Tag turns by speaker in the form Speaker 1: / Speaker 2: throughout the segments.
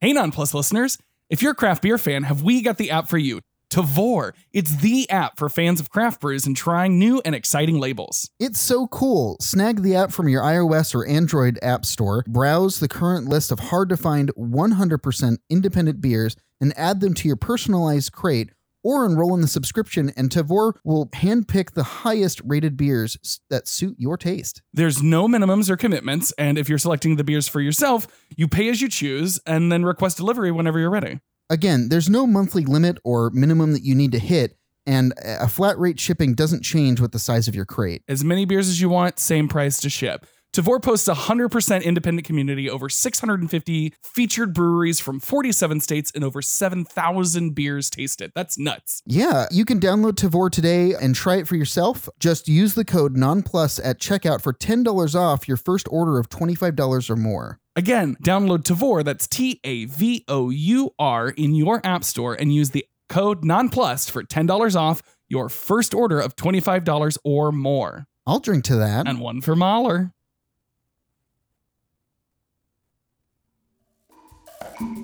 Speaker 1: Hey, Non Plus listeners, if you're a craft beer fan, have we got the app for you? Tavor. It's the app for fans of craft brews and trying new and exciting labels.
Speaker 2: It's so cool. Snag the app from your iOS or Android app store, browse the current list of hard to find 100% independent beers, and add them to your personalized crate or enroll in the subscription, and Tavor will handpick the highest rated beers s- that suit your taste.
Speaker 1: There's no minimums or commitments, and if you're selecting the beers for yourself, you pay as you choose and then request delivery whenever you're ready.
Speaker 2: Again, there's no monthly limit or minimum that you need to hit, and a a flat rate shipping doesn't change with the size of your crate.
Speaker 1: As many beers as you want, same price to ship. Tavor posts a 100% independent community, over 650 featured breweries from 47 states, and over 7,000 beers tasted. That's nuts.
Speaker 2: Yeah, you can download Tavor today and try it for yourself. Just use the code NONPLUS at checkout for $10 off your first order of $25 or more.
Speaker 1: Again, download Tavor, that's T A V O U R, in your app store and use the code NONPLUS for $10 off your first order of $25 or more.
Speaker 2: I'll drink to that.
Speaker 1: And one for Mahler.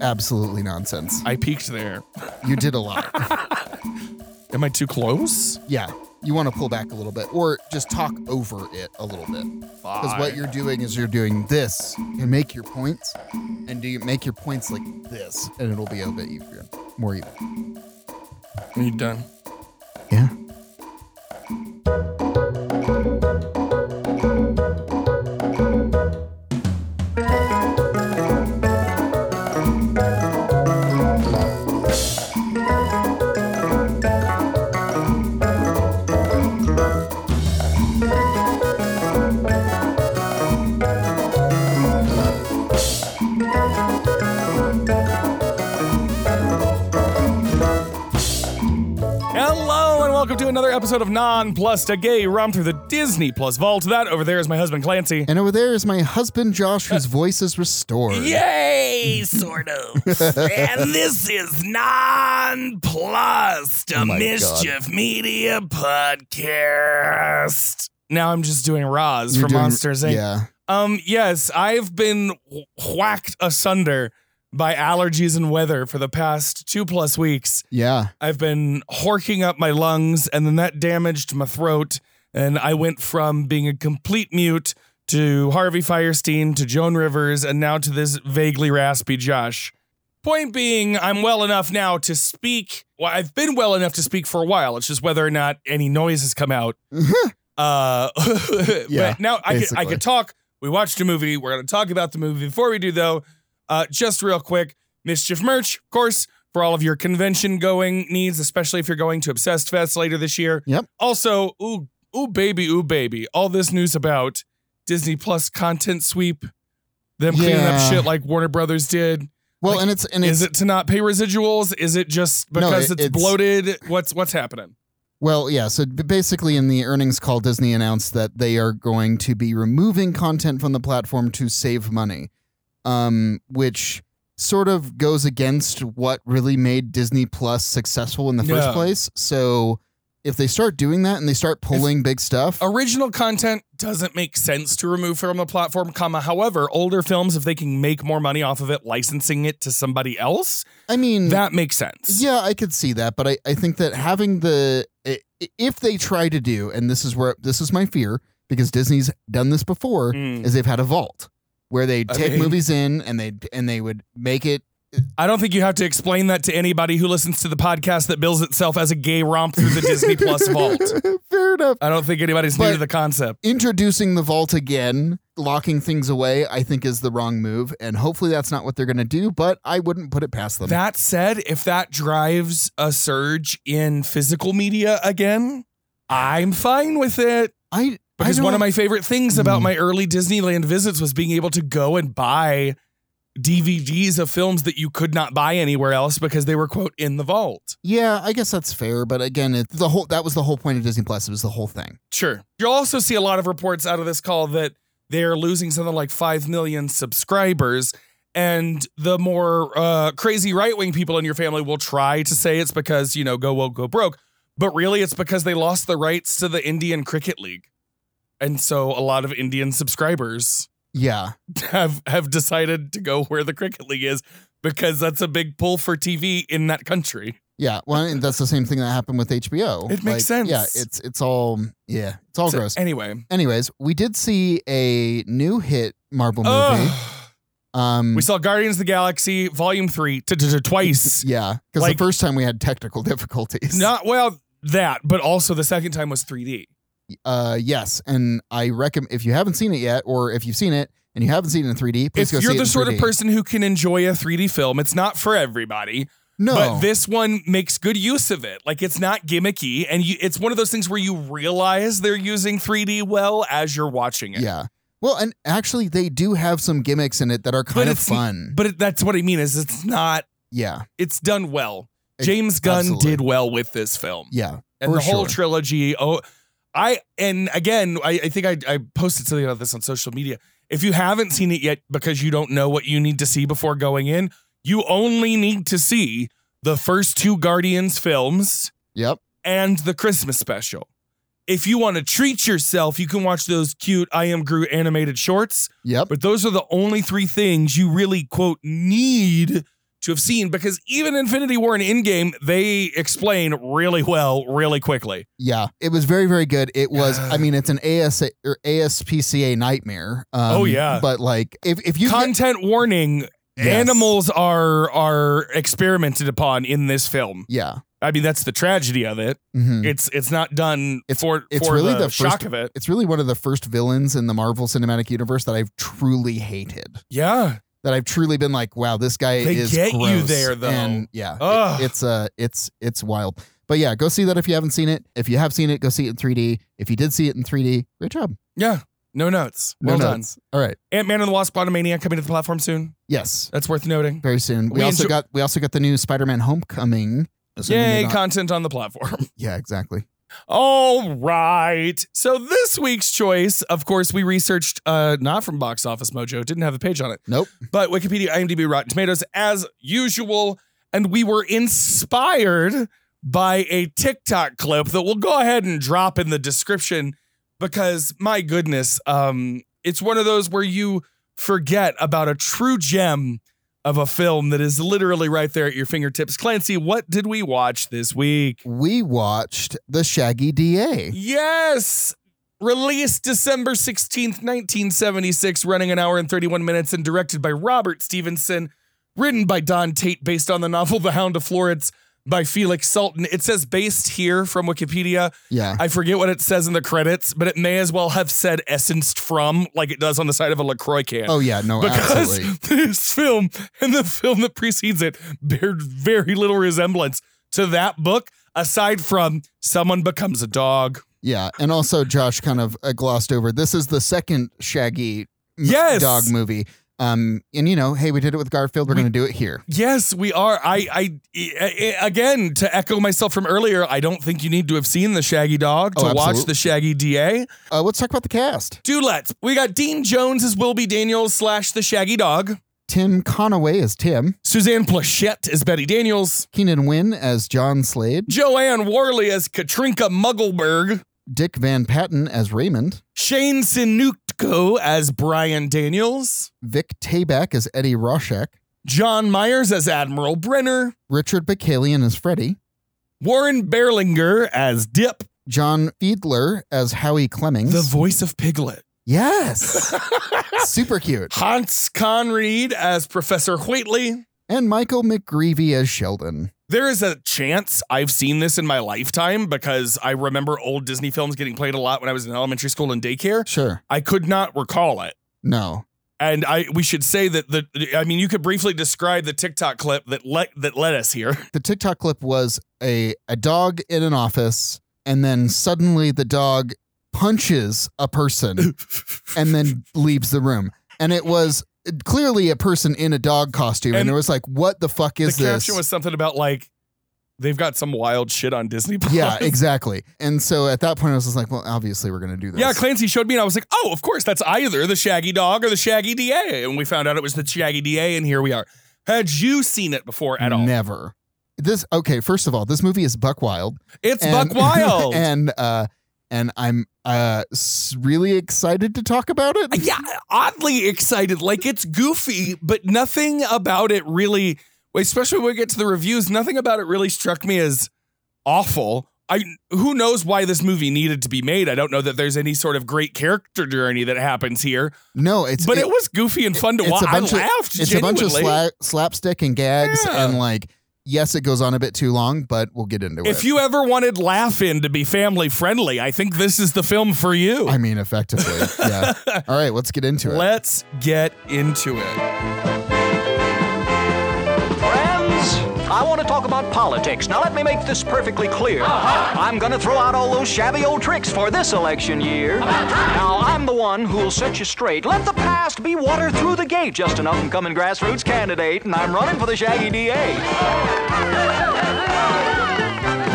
Speaker 2: Absolutely nonsense.
Speaker 1: I peeked there.
Speaker 2: You did a lot.
Speaker 1: Am I too close?
Speaker 2: yeah. You want to pull back a little bit or just talk over it a little bit. Because what you're doing is you're doing this and make your points. And do you make your points like this? And it'll be a bit easier. More even.
Speaker 1: Are you done?
Speaker 2: Yeah.
Speaker 1: Hello, and welcome to another episode of Non Plus a Gay Rum through the Disney Plus Vault. That over there is my husband Clancy.
Speaker 2: And over there is my husband Josh, whose voice is restored.
Speaker 1: Yay, sort of. and this is Non Plus, a
Speaker 2: Oh my God.
Speaker 1: Mischief Media podcast. Now I'm just doing Roz
Speaker 2: You're
Speaker 1: from
Speaker 2: doing-
Speaker 1: Monsters Inc.
Speaker 2: Yeah.
Speaker 1: Um, yes, I've been wh- whacked asunder by allergies and weather for the past two plus weeks.
Speaker 2: Yeah.
Speaker 1: I've been horking up my lungs, and then that damaged my throat. And I went from being a complete mute to Harvey Firestein to Joan Rivers, and now to this vaguely raspy Josh. Point being, I'm well enough now to speak. Well, I've been well enough to speak for a while. It's just whether or not any noise has come out. Uh,
Speaker 2: Yeah,
Speaker 1: but now I could, I
Speaker 2: basically.
Speaker 1: could talk. We watched a movie. We're going to talk about the movie. Before we do, though, uh, just real quick Mischief merch, of course, for all of your convention going needs, especially if you're going to Obsessed Fest later this year.
Speaker 2: Yep.
Speaker 1: Also, ooh, ooh, baby, ooh, baby. All this news about Disney Plus content sweep, them cleaning
Speaker 2: Yeah.
Speaker 1: up shit like Warner Brothers did.
Speaker 2: Well,
Speaker 1: Like,
Speaker 2: and it's and it's
Speaker 1: Is it to not pay residuals? Is it just
Speaker 2: No,
Speaker 1: because
Speaker 2: it-
Speaker 1: it's,
Speaker 2: it's-
Speaker 1: bloated? What's what's happening?
Speaker 2: Well, yeah. So b- basically, in the earnings call, Disney announced that they are going to be removing content from the platform to save money, um, which sort of goes against what really made Disney Plus successful in the first
Speaker 1: Yeah.
Speaker 2: place. So if they start doing that and they start pulling big stuff,
Speaker 1: Original content doesn't make sense to remove from the platform, comma. However, older films, if they can make more money off of it, licensing it to somebody else,
Speaker 2: I mean,
Speaker 1: that makes sense.
Speaker 2: Hmm. yeah, I could see that, but I, I think that having the i- i- if they try to do, and this is where this is my fear because Disney's done this before.
Speaker 1: Mm.
Speaker 2: is they've had a vault where they
Speaker 1: I
Speaker 2: take
Speaker 1: mean-
Speaker 2: movies in and they and they would make it.
Speaker 1: I don't think you have to explain that to anybody who listens to the podcast that bills itself as a gay romp through the Disney Plus vault.
Speaker 2: Fair enough.
Speaker 1: I don't think anybody's new
Speaker 2: But-
Speaker 1: to the concept.
Speaker 2: Introducing the vault again, locking things away, I think is the wrong move, and hopefully that's not what they're going to do. But I wouldn't put it past them.
Speaker 1: That said, if that drives a surge in physical media again, I'm fine with it.
Speaker 2: I
Speaker 1: Because
Speaker 2: I
Speaker 1: one of
Speaker 2: don't-
Speaker 1: my favorite things about
Speaker 2: Mm.
Speaker 1: my early Disneyland visits was being able to go and buy DVDs of films that you could not buy anywhere else because they were, quote, in the vault.
Speaker 2: yeah, I guess that's fair. But again, it, the whole that was the whole point of Disney Plus. It was the whole thing.
Speaker 1: Sure. You'll also see a lot of reports out of this call that they're losing something like 5 million subscribers. And the more uh, crazy right wing people in your family will try to say it's because, you know, go woke, go broke. But really, it's because they lost the rights to the Indian Cricket League. And so a lot of Indian subscribers
Speaker 2: Yeah,
Speaker 1: have have decided to go where the cricket league is because that's a big pull for TV in that country.
Speaker 2: Yeah, well, I mean, that's the same thing that happened with HBO.
Speaker 1: It makes sense.
Speaker 2: Yeah, it's it's all yeah, it's all
Speaker 1: So eh.
Speaker 2: gross.
Speaker 1: Anyway,
Speaker 2: Anyways, we did see a new hit Marvel movie.
Speaker 1: Ugh.
Speaker 2: um,
Speaker 1: we saw Guardians of the Galaxy Volume Three t- t- t- twice.
Speaker 2: yeah, because
Speaker 1: like-
Speaker 2: the first time we had technical difficulties.
Speaker 1: Not well that, but also the second time was 3D.
Speaker 2: Uh, yes, and I recommend if you haven't seen it yet, or if you've seen it and you haven't seen it in 3D,
Speaker 1: If
Speaker 2: please go
Speaker 1: you're
Speaker 2: see it
Speaker 1: the
Speaker 2: in
Speaker 1: sort of
Speaker 2: 3D.
Speaker 1: person who can enjoy a 3D film, it's not for everybody.
Speaker 2: no,
Speaker 1: But this one makes good use of it. Like it's not gimmicky, and you, it's one of those things where you realize they're using 3D well as you're watching it.
Speaker 2: yeah. Well, and actually, they do have some gimmicks in it that are kind
Speaker 1: But
Speaker 2: of
Speaker 1: it's-
Speaker 2: fun.
Speaker 1: But it, that's what I mean is it's not.
Speaker 2: yeah,
Speaker 1: It's done well.
Speaker 2: It-
Speaker 1: James Gunn
Speaker 2: absolutely.
Speaker 1: did well with this film,
Speaker 2: yeah,
Speaker 1: and
Speaker 2: for
Speaker 1: the whole
Speaker 2: sure.
Speaker 1: trilogy. Oh, I and again, I, I think I, I posted something about this on social media. If you haven't seen it yet because you don't know what you need to see before going in, you only need to see the first two Guardians films.
Speaker 2: yep,
Speaker 1: and the Christmas special. If you want to treat yourself, you can watch those cute I Am Groot animated shorts,
Speaker 2: yep.
Speaker 1: but those are the only three things you really, quote, need to have seen because even Infinity War and Endgame, they explain really well, really quickly.
Speaker 2: Yeah, it was very, very good. It was, I
Speaker 1: God.
Speaker 2: mean, it's an ASA or ASPCA nightmare. Um,
Speaker 1: Oh, yeah.
Speaker 2: but like if if you get-
Speaker 1: Content warning.
Speaker 2: Yes.
Speaker 1: Animals are are experimented upon in this film.
Speaker 2: yeah,
Speaker 1: I mean, that's the tragedy of it.
Speaker 2: Mhm.
Speaker 1: It's it's not done
Speaker 2: It's-
Speaker 1: for
Speaker 2: it's
Speaker 1: for
Speaker 2: really
Speaker 1: the,
Speaker 2: the first-
Speaker 1: shock of it.
Speaker 2: it's really one of the first villains in the Marvel Cinematic Universe that I've truly hated.
Speaker 1: Yeah,
Speaker 2: That I've truly been like, wow, this guy
Speaker 1: They
Speaker 2: is
Speaker 1: get you
Speaker 2: gross.
Speaker 1: there, though.
Speaker 2: And yeah, it-
Speaker 1: Ugh.
Speaker 2: it's uh, it's it's wild. But yeah, go see that if you haven't seen it. If you have seen it, go see it in 3D. If you did see it in 3D, great job.
Speaker 1: yeah. No notes.
Speaker 2: No
Speaker 1: Well done.
Speaker 2: notes. All right.
Speaker 1: Ant Man and the Wasp: Quantumania coming to the platform soon.
Speaker 2: Yes.
Speaker 1: That's worth noting.
Speaker 2: Very soon. We,
Speaker 1: We
Speaker 2: also
Speaker 1: enjoy-
Speaker 2: got we also got the new Spider-Man Homecoming. Assuming they're
Speaker 1: Yay,
Speaker 2: not-
Speaker 1: content on the platform.
Speaker 2: yeah, exactly.
Speaker 1: All right. So this week's choice, of course, we researched uh not from Box Office Mojo, didn't have a page on it.
Speaker 2: Nope.
Speaker 1: But Wikipedia, IMDb, Rotten Tomatoes as usual, and we were inspired by a TikTok clip that we'll go ahead and drop in the description because my goodness, um it's one of those where you forget about a true gem of a film that is literally right there at your fingertips. Clancy, what did we watch this week?
Speaker 2: we watched the Shaggy DA.
Speaker 1: Yes. Released December 16th, 1976, running an hour and 31 minutes, and directed by Robert Stevenson, written by Don Tate, based on the novel The Hound of Florence by Felix Salton. It says based here from Wikipedia.
Speaker 2: Yeah.
Speaker 1: I forget what it says in the credits, but it may as well have said essenced from, like it does on the side of a LaCroix can
Speaker 2: Oh yeah, no,
Speaker 1: because
Speaker 2: absolutely.
Speaker 1: this film and the film that precedes it bear very little resemblance to that book aside from someone becomes a dog
Speaker 2: Yeah, and also Josh kind of uh, glossed over. This is the second Shaggy m-
Speaker 1: Yes.
Speaker 2: dog movie. Um, and you know, hey, we did it with Garfield. We're
Speaker 1: We-
Speaker 2: gonna do it here.
Speaker 1: yes we are I, I I- I- again to echo myself from earlier i don't think you need to have seen the shaggy dog to
Speaker 2: Oh,
Speaker 1: watch
Speaker 2: absolute-
Speaker 1: the shaggy da
Speaker 2: Uh, let's talk about the cast.
Speaker 1: do let's we got dean jones as will be daniels slash the shaggy dog
Speaker 2: Tim Conaway as Tim.
Speaker 1: suzanne plachette as betty daniels
Speaker 2: Keenan Wynn as John Slade.
Speaker 1: joanne warley as katrinka muggleberg
Speaker 2: Dick Van Patten as Raymond.
Speaker 1: shane sinutko as brian daniels
Speaker 2: Vic Tayback as Eddie Roshek.
Speaker 1: John Myers as Admiral Brenner,
Speaker 2: Richard Bacalian as Freddy.
Speaker 1: Warren Berlinger as Dip,
Speaker 2: John Fiedler as Howie Clemmings.
Speaker 1: the voice of Piglet,
Speaker 2: yes, super cute.
Speaker 1: Hans Conried as Professor Whately.
Speaker 2: and Michael McGreevy as Sheldon.
Speaker 1: There is a chance I've seen this in my lifetime because I remember old Disney films getting played a lot when I was in elementary school and daycare.
Speaker 2: Sure.
Speaker 1: I could not recall it.
Speaker 2: No.
Speaker 1: And I we should say that the I mean you could briefly describe the TikTok clip that let that led us here.
Speaker 2: The TikTok clip was a, a dog in an office, and then suddenly the dog punches a person and then leaves the room. And it was clearly a person in a dog costume. And,
Speaker 1: And
Speaker 2: it was like, what the fuck is
Speaker 1: the
Speaker 2: this?
Speaker 1: caption was something about like they've got some wild shit on Disney. Plus.
Speaker 2: yeah, exactly. And so at that point, I was just like, well, obviously we're going to do this.
Speaker 1: Yeah, Clancy showed me, and I was like, "Oh, of course, that's either the Shaggy Dog or the Shaggy DA." And we found out it was the Shaggy DA, and here we are. Had you seen it before at all?
Speaker 2: Never. This okay. First of all, this movie is buck wild.
Speaker 1: It's
Speaker 2: And-
Speaker 1: Buck Wild.
Speaker 2: and uh, and I'm uh s- really excited to talk about it.
Speaker 1: Yeah, oddly excited. Like it's goofy, but nothing about it really, especially when we get to the reviews, nothing about it really struck me as awful. I who knows why this movie needed to be made. I don't know that there's any sort of great character journey that happens here,
Speaker 2: No, it's
Speaker 1: but it, was goofy and fun to
Speaker 2: it's
Speaker 1: watch.
Speaker 2: a bunch
Speaker 1: I
Speaker 2: of-
Speaker 1: laughed.
Speaker 2: it's a bunch of
Speaker 1: genuinely.
Speaker 2: sla- slapstick and gags
Speaker 1: Yeah.
Speaker 2: and like yes, it goes on a bit too long, but we'll get into it.
Speaker 1: If you ever wanted laugh in to be family friendly, I think this is the film for you.
Speaker 2: I mean, effectively, yeah. All right, let's get into it.
Speaker 1: Let's get into it.
Speaker 3: Friends, I want to talk about politics. Now, let me make this perfectly clear. I'm going to throw out all those shabby old tricks for this election year. Now, I'm the one who'll set you straight. Let the past be water through the gate. Just an up and coming grassroots candidate, and I'm running for the shaggy DA.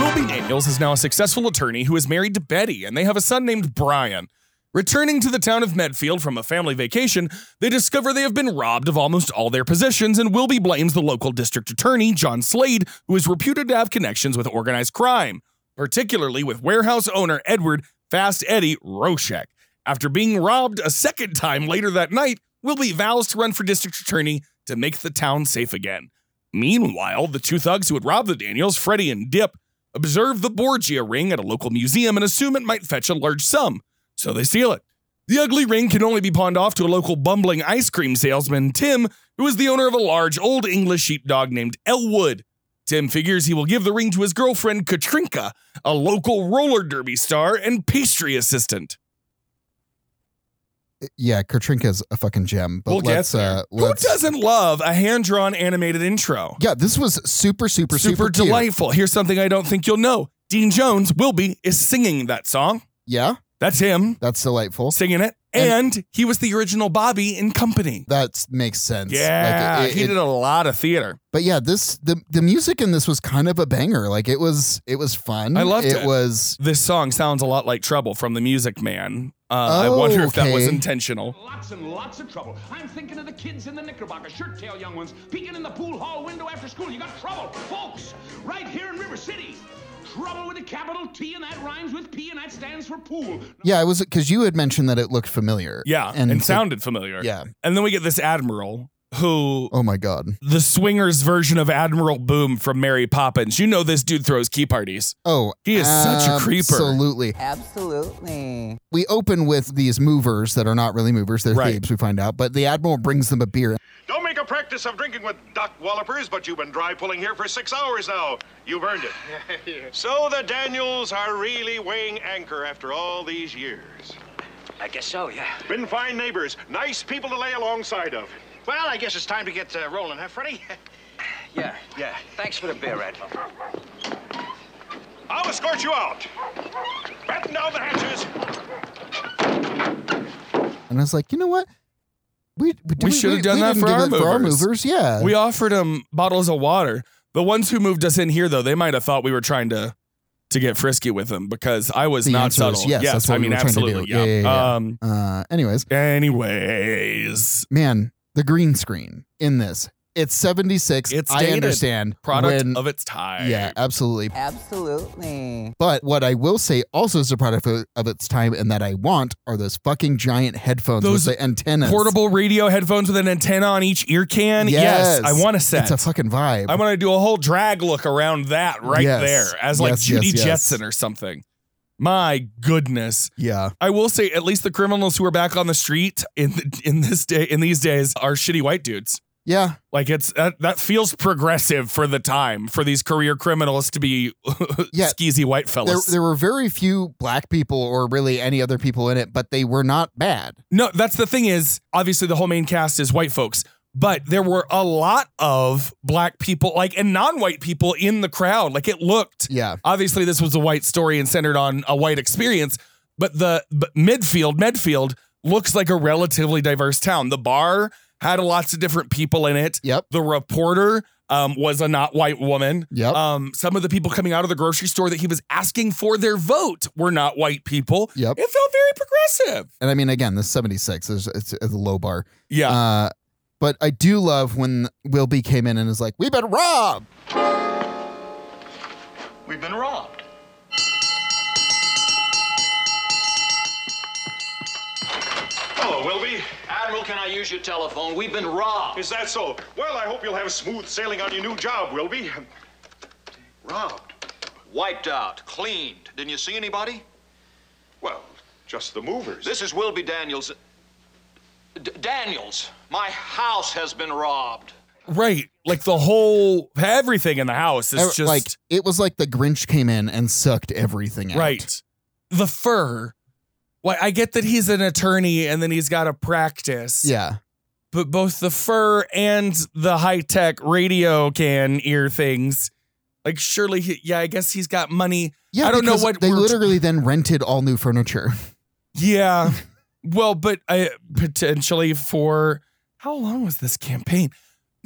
Speaker 1: Ruby Daniels is now a successful attorney who is married to Betty, and they have a son named Brian. Returning to the town of Medfield from a family vacation, they discover they have been robbed of almost all their possessions, and Wilby blames the local district attorney, John Slade, who is reputed to have connections with organized crime, particularly with warehouse owner Edward Fast Eddie Roshek. After being robbed a second time later that night, Wilby vows to run for district attorney to make the town safe again. Meanwhile, the two thugs who had robbed the Daniels, Freddie and Dip, observe the Borgia ring at a local museum and assume it might fetch a large sum, so they steal it. The ugly ring can only be pawned off to a local bumbling ice cream salesman, Tim, who is the owner of a large old English sheepdog named Elwood. Tim figures he will give the ring to his girlfriend, Katrinka, a local roller derby star and pastry assistant.
Speaker 2: Yeah, Katrinka's a fucking gem. But
Speaker 1: We'll get
Speaker 2: let's uh
Speaker 1: Who
Speaker 2: let's
Speaker 1: doesn't love a hand drawn animated intro?
Speaker 2: Yeah, this was super, super, super,
Speaker 1: super
Speaker 2: cute.
Speaker 1: delightful. Here's something I don't think you'll know Dean Jones, Wilby, is singing that song.
Speaker 2: Yeah,
Speaker 1: That's him.
Speaker 2: that's delightful.
Speaker 1: singing it, and,
Speaker 2: And-
Speaker 1: he was the original Bobby in Company.
Speaker 2: That makes sense.
Speaker 1: Yeah,
Speaker 2: Like, it-
Speaker 1: he
Speaker 2: it-
Speaker 1: did a lot of theater.
Speaker 2: but yeah, this the the music in this was kind of a banger. Like it was it was fun.
Speaker 1: I loved it.
Speaker 2: It was
Speaker 1: This song sounds a lot like Trouble from The Music Man. Uh, I
Speaker 2: Oh,
Speaker 1: wonder if that was
Speaker 2: okay.
Speaker 1: intentional.
Speaker 4: Lots and lots of trouble. I'm thinking of the kids in the knickerbocker, shirt tail young ones, peeking in the pool hall window after school. You got trouble, folks, right here in River City. Trouble with a capital T, and that rhymes with P, and that stands for pool.
Speaker 2: yeah, it was because you had mentioned that it looked familiar.
Speaker 1: Yeah, and,
Speaker 2: so-
Speaker 1: sounded familiar.
Speaker 2: yeah.
Speaker 1: And then we get this Admiral who.
Speaker 2: Oh my god.
Speaker 1: The swingers version of Admiral Boom from Mary Poppins. You know this dude throws key parties.
Speaker 2: Oh,
Speaker 1: He is such a creeper.
Speaker 2: Absolutely.
Speaker 5: Absolutely.
Speaker 2: We open with these movers that are not really movers; they're
Speaker 1: Right.
Speaker 2: thieves. We find out, but the admiral brings them a beer.
Speaker 6: Don't make a practice of drinking with Doc Wallopers, but you've been dry pulling here for six hours now. You've earned it. so the Daniels are really weighing anchor after all these years.
Speaker 3: I guess so, yeah.
Speaker 6: Been fine neighbors, nice people to lay alongside of.
Speaker 7: Well, I guess it's time to get uh, rolling, huh, Freddie?
Speaker 3: Yeah, yeah. Thanks for the beer, Ed.
Speaker 6: I'll escort you out. Batten down the hatches.
Speaker 2: And I was like, you know what? We we, do
Speaker 1: We should've done that
Speaker 2: didn't
Speaker 1: for
Speaker 2: do
Speaker 1: our
Speaker 2: for our
Speaker 1: movers.
Speaker 2: movers. Yeah,
Speaker 1: We offered him bottles of water. The ones who moved us in here, though, they might have thought we were trying to to get frisky with them because I was
Speaker 2: The
Speaker 1: not
Speaker 2: answer is
Speaker 1: subtle.
Speaker 2: yes, that's what
Speaker 1: I
Speaker 2: we
Speaker 1: mean
Speaker 2: were trying to do.
Speaker 1: absolutely.
Speaker 2: Yeah, yeah, yeah.
Speaker 1: Um,
Speaker 2: Uh, anyways,
Speaker 1: Anyways,
Speaker 2: man, the green screen in this. It's 76.
Speaker 1: It's
Speaker 2: I
Speaker 1: dated.
Speaker 2: understand.
Speaker 1: product
Speaker 2: when-
Speaker 1: of its time.
Speaker 2: Yeah, absolutely.
Speaker 5: Absolutely.
Speaker 2: But what I will say also is a product of, of its time and that I want are those fucking giant headphones
Speaker 1: Those
Speaker 2: with the antennas.
Speaker 1: Portable radio headphones with an antenna on each ear can. Yes, I want to set.
Speaker 2: It's a fucking vibe.
Speaker 1: I want to do a whole drag look around that right
Speaker 2: Yes.
Speaker 1: there as like
Speaker 2: Yes,
Speaker 1: Judy
Speaker 2: yes, yes.
Speaker 1: Jetson or something. My goodness.
Speaker 2: yeah.
Speaker 1: I will say at least the criminals who are back on the street in the, in this day in these days are shitty white dudes.
Speaker 2: Yeah.
Speaker 1: Like it's that, that feels progressive for the time for these career criminals to be
Speaker 2: Yeah.
Speaker 1: skeezy white
Speaker 2: There,
Speaker 1: fellas.
Speaker 2: there were very few black people or really any other people in it, but they were not bad.
Speaker 1: No, that's the thing is obviously the whole main cast is white folks, but there were a lot of black people like and non-white people in the crowd. Like it looked
Speaker 2: Yeah.
Speaker 1: obviously this was a white story and centered on a white experience, but the but Midfield, Medfield looks like a relatively diverse town. The bar had lots of different people in it.
Speaker 2: Yep.
Speaker 1: The reporter um, was a not white woman.
Speaker 2: Yep.
Speaker 1: Um, some of the people coming out of the grocery store that he was asking for their vote were not white people.
Speaker 2: Yep.
Speaker 1: It felt very progressive.
Speaker 2: And I mean, again, this 76 is it's, it's a low bar.
Speaker 1: Yeah.
Speaker 2: Uh, but I do love when Wilby came in and is like, "We've been robbed."
Speaker 7: We've been robbed.
Speaker 6: Hello, Wilby.
Speaker 3: Admiral, can I use your telephone? We've been robbed.
Speaker 6: Is that so? Well, I hope you'll have smooth sailing on your new job, Wilby. Robbed?
Speaker 3: Wiped out, cleaned. Didn't you see anybody?
Speaker 6: Well, just the movers.
Speaker 3: This is Wilby Daniels. D- Daniels, my house has been robbed.
Speaker 1: Right. Like the whole everything in the house is
Speaker 2: Ev-
Speaker 1: just
Speaker 2: like it was like the Grinch came in and sucked everything out.
Speaker 1: right. The fur. Why I get that he's an attorney and then he's got to practice.
Speaker 2: Yeah.
Speaker 1: But both the fur and the high tech radio can ear things. Like surely, he, yeah. I guess he's got money.
Speaker 2: Yeah.
Speaker 1: I don't know
Speaker 2: because
Speaker 1: what
Speaker 2: they
Speaker 1: we're-
Speaker 2: literally then rented all new furniture.
Speaker 1: Yeah. well, but I, potentially for how long was this campaign?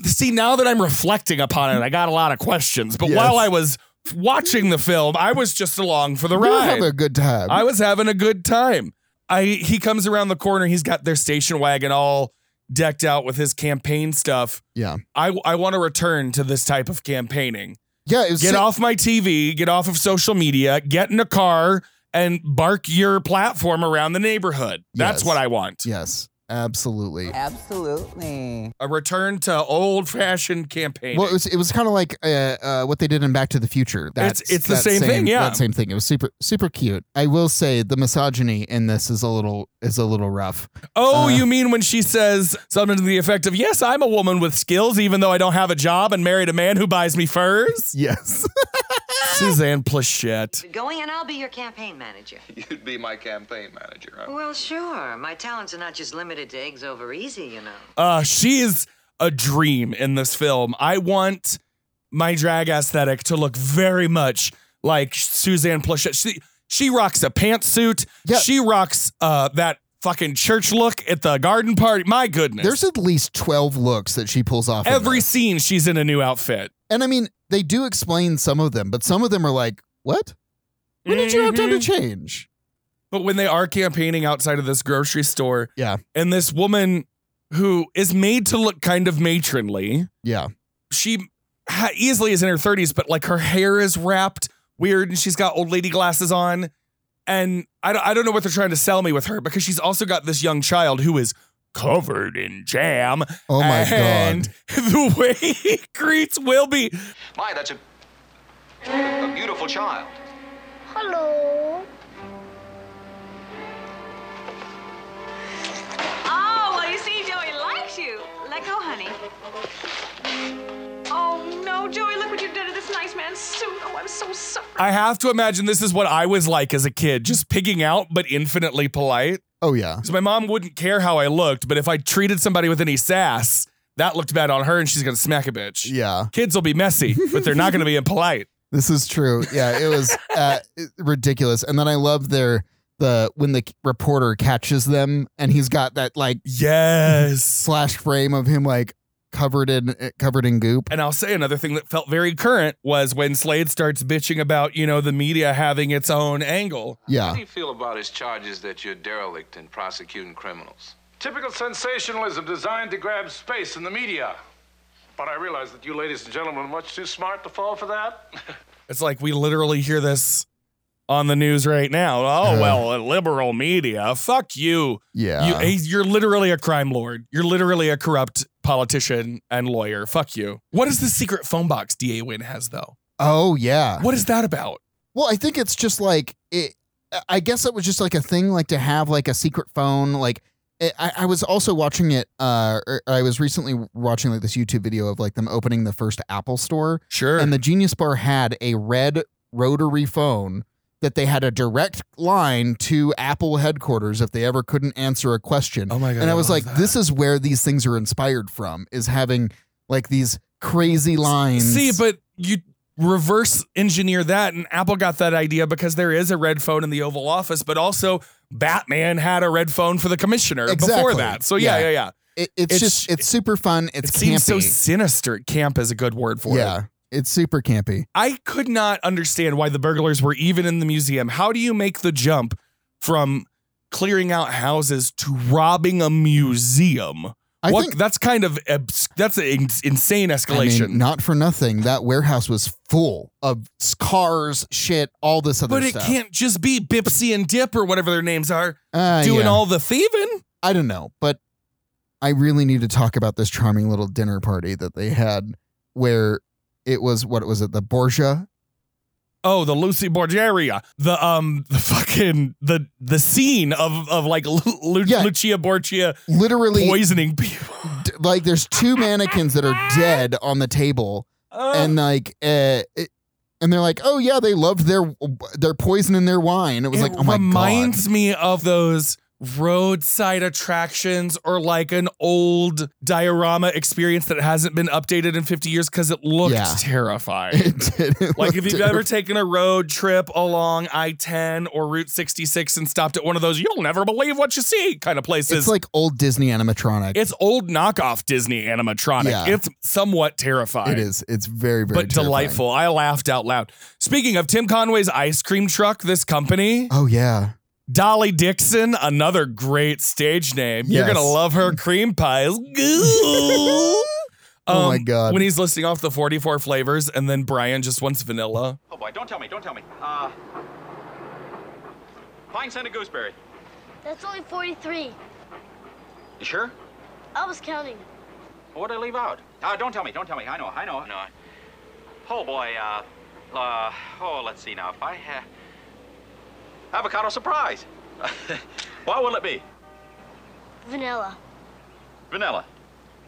Speaker 1: See, now that I'm reflecting upon it, I got a lot of questions. But
Speaker 2: Yes.
Speaker 1: while I was watching the film, I was just along for the
Speaker 2: We'll
Speaker 1: ride.
Speaker 2: have a good time.
Speaker 1: I was having a good time. I he comes around the corner. He's got their station wagon all decked out with his campaign stuff.
Speaker 2: yeah.
Speaker 1: I I want to return to this type of campaigning.
Speaker 2: Yeah. It was
Speaker 1: Get
Speaker 2: si-
Speaker 1: off my TV. Get off of social media. Get in a car and bark your platform around the neighborhood. That's
Speaker 2: Yes.
Speaker 1: what I want.
Speaker 2: Yes. Absolutely.
Speaker 5: Absolutely.
Speaker 1: A return to old fashioned campaigning.
Speaker 2: Well, it was it was kind of like uh, uh, what they did in Back to the Future. That's
Speaker 1: it's the
Speaker 2: that
Speaker 1: same thing, yeah.
Speaker 2: that same thing. It was super super cute. I will say the misogyny in this is a little is a little rough.
Speaker 1: oh,
Speaker 2: uh,
Speaker 1: you mean when she says something to the effect of, "Yes, I'm a woman with skills, even though I don't have a job and married a man who buys me furs."
Speaker 2: Yes,
Speaker 1: Suzanne Plachette.
Speaker 8: Going and I'll be your campaign manager.
Speaker 9: You'd be my campaign manager. huh?
Speaker 8: Well, sure. My talents are not just limited to eggs over easy, you know.
Speaker 1: Uh, she is a dream in this film. I want my drag aesthetic to look very much like Suzanne Plachette. She she rocks a pantsuit.
Speaker 2: Yeah.
Speaker 1: She rocks uh that fucking church look at the garden party. My goodness.
Speaker 2: there's at least twelve looks that she pulls off. in
Speaker 1: every
Speaker 2: this.
Speaker 1: scene she's in a new outfit.
Speaker 2: and I mean they do explain some of them, but some of them are like, what? When did you have
Speaker 1: Mm-hmm.
Speaker 2: time to change?
Speaker 1: But when they are campaigning outside of this grocery store,
Speaker 2: Yeah.
Speaker 1: and this woman who is made to look kind of matronly,
Speaker 2: Yeah,
Speaker 1: she ha- easily is in her 30s, but like her hair is wrapped weird and she's got old lady glasses on. And I don't, I don't know what they're trying to sell me with her because she's also got this young child who is covered in jam.
Speaker 2: Oh my
Speaker 1: and the way he greets Wilby.
Speaker 3: My, that's a, a beautiful child.
Speaker 10: Hello.
Speaker 8: Oh, well, you see, Joey likes you. Let go, honey. Oh, no, Joey, look what you've done to this nice man's suit. Oh, I'm so sorry.
Speaker 1: I have to imagine this is what I was like as a kid, just pigging out, but infinitely polite.
Speaker 2: oh yeah,
Speaker 1: Because my mom wouldn't care how I looked, but if I treated somebody with any sass, that looked bad on her and she's going to smack a bitch.
Speaker 2: yeah.
Speaker 1: Kids will be messy, but they're not going to be impolite.
Speaker 2: This is true. Yeah, it was uh, ridiculous. And then I love their the when the reporter catches them and he's got that like
Speaker 1: Yes.
Speaker 2: slash frame of him like covered in eh, covered in goop.
Speaker 1: And I'll say another thing that felt very current was when Slade starts bitching about, you know, the media having its own angle.
Speaker 9: How
Speaker 2: Yeah,
Speaker 9: do you feel about his charges that you're derelict in prosecuting criminals?
Speaker 7: Typical sensationalism designed to grab space in the media. But I realize that you ladies and gentlemen are much too smart to fall for that.
Speaker 1: It's like we literally hear this on the news right now. Oh, well, liberal media. Fuck you.
Speaker 2: yeah.
Speaker 1: You, you're literally a crime lord. You're literally a corrupt politician and lawyer. Fuck you. What is the secret phone box DA Win has, though?
Speaker 2: oh yeah.
Speaker 1: What is that about?
Speaker 2: Well, I think it's just like it. I guess it was just like a thing, like to have like a secret phone. Like eh, I, I was also watching it. Uh, or I was recently watching like this YouTube video of like them opening the first Apple store,
Speaker 1: Sure.
Speaker 2: and the Genius Bar had a red rotary phone that they had a direct line to Apple headquarters if they ever couldn't answer a question.
Speaker 1: oh, my God.
Speaker 2: and I was
Speaker 1: love
Speaker 2: like,
Speaker 1: that.
Speaker 2: this is where these things are inspired from, is having like these crazy lines.
Speaker 1: See, but you reverse engineer that, and Apple got that idea because there is a red phone in the Oval Office, but also Batman had a red phone for the commissioner before
Speaker 2: Exactly.
Speaker 1: that. So yeah, yeah,
Speaker 2: Yeah.
Speaker 1: yeah.
Speaker 2: It, it's,
Speaker 1: it's-
Speaker 2: just it's super fun. It's
Speaker 1: It
Speaker 2: campy.
Speaker 1: seems so sinister. Camp is a good word for it.
Speaker 2: yeah, it's super campy.
Speaker 1: I could not understand why the burglars were even in the museum. How do you make the jump from clearing out houses to robbing a museum?
Speaker 2: I
Speaker 1: what,
Speaker 2: think
Speaker 1: that's kind of abs- that's an in- insane
Speaker 2: I
Speaker 1: escalation.
Speaker 2: mean, not for nothing. That warehouse was full of s- cars, shit, all this other
Speaker 1: but it
Speaker 2: stuff.
Speaker 1: can't just be Bipsy and Dip or whatever their names are
Speaker 2: Uh,
Speaker 1: doing
Speaker 2: yeah.
Speaker 1: all the thieving.
Speaker 2: I don't know, but I really need to talk about this charming little dinner party that they had where it was what was it, the Borgia?
Speaker 1: Oh, the Lucy Borgeria, the um, the fucking the the scene of of like Lu- Lu-
Speaker 2: Yeah.
Speaker 1: Lucia Borgia
Speaker 2: Literally
Speaker 1: poisoning people.
Speaker 2: d- like there's two mannequins that are dead on the table and like uh, it, and they're like, "Oh yeah, they loved their their poison in their wine." It was
Speaker 1: it
Speaker 2: like, "Oh my god."
Speaker 1: reminds me of those roadside attractions or like an old diorama experience that hasn't been updated in 50 years because it looked
Speaker 2: Yeah.
Speaker 1: terrifying.
Speaker 2: It did. It
Speaker 1: Like if
Speaker 2: looked
Speaker 1: you've ever taken a road trip along I-10 or Route 66 and stopped at one of those you'll never believe what you see kind of places.
Speaker 2: It's like old Disney animatronic.
Speaker 1: It's old knockoff Disney animatronic.
Speaker 2: Yeah.
Speaker 1: It's somewhat terrifying.
Speaker 2: It is. It's very, very
Speaker 1: but
Speaker 2: terrifying.
Speaker 1: delightful. I laughed out loud. Speaking of Tim Conway's ice cream truck, this company,
Speaker 2: Oh yeah.
Speaker 1: Dolly Dixon, another great stage name. You're
Speaker 2: Yes.
Speaker 1: gonna love her cream pies. Goo.
Speaker 2: Oh my God.
Speaker 1: When he's listing off the 44 flavors, and then Brian just wants vanilla.
Speaker 4: Oh boy, don't tell me, don't tell me. Uh, pine scented gooseberry.
Speaker 10: That's only 43.
Speaker 4: You sure?
Speaker 10: I was counting.
Speaker 4: What did I leave out? Uh, don't tell me, don't tell me. I know, I know. No. I- Oh boy, uh, uh, oh, let's see now. If I ha- avocado surprise. what will it be?
Speaker 10: Vanilla.
Speaker 4: Vanilla.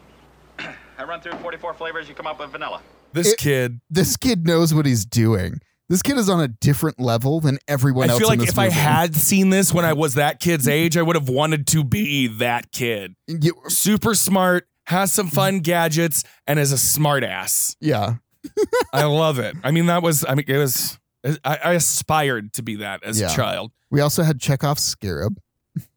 Speaker 4: I run through 44 flavors, you come up with vanilla.
Speaker 1: This
Speaker 2: It-
Speaker 1: kid.
Speaker 2: This kid knows what he's doing. This kid is on a different level than everyone
Speaker 1: I
Speaker 2: else.
Speaker 1: feel
Speaker 2: in
Speaker 1: like
Speaker 2: this
Speaker 1: if I
Speaker 2: movie.
Speaker 1: had seen this when I was that kid's age, I would have wanted to be that kid.
Speaker 2: You-
Speaker 1: Super smart, has some
Speaker 2: Mm-hmm.
Speaker 1: fun gadgets, and is a smart ass.
Speaker 2: yeah,
Speaker 1: I love it. I mean, that was, I mean, it was, I, I aspired to be that as
Speaker 2: Yeah.
Speaker 1: a child.
Speaker 2: we also had Chekhov's scarab,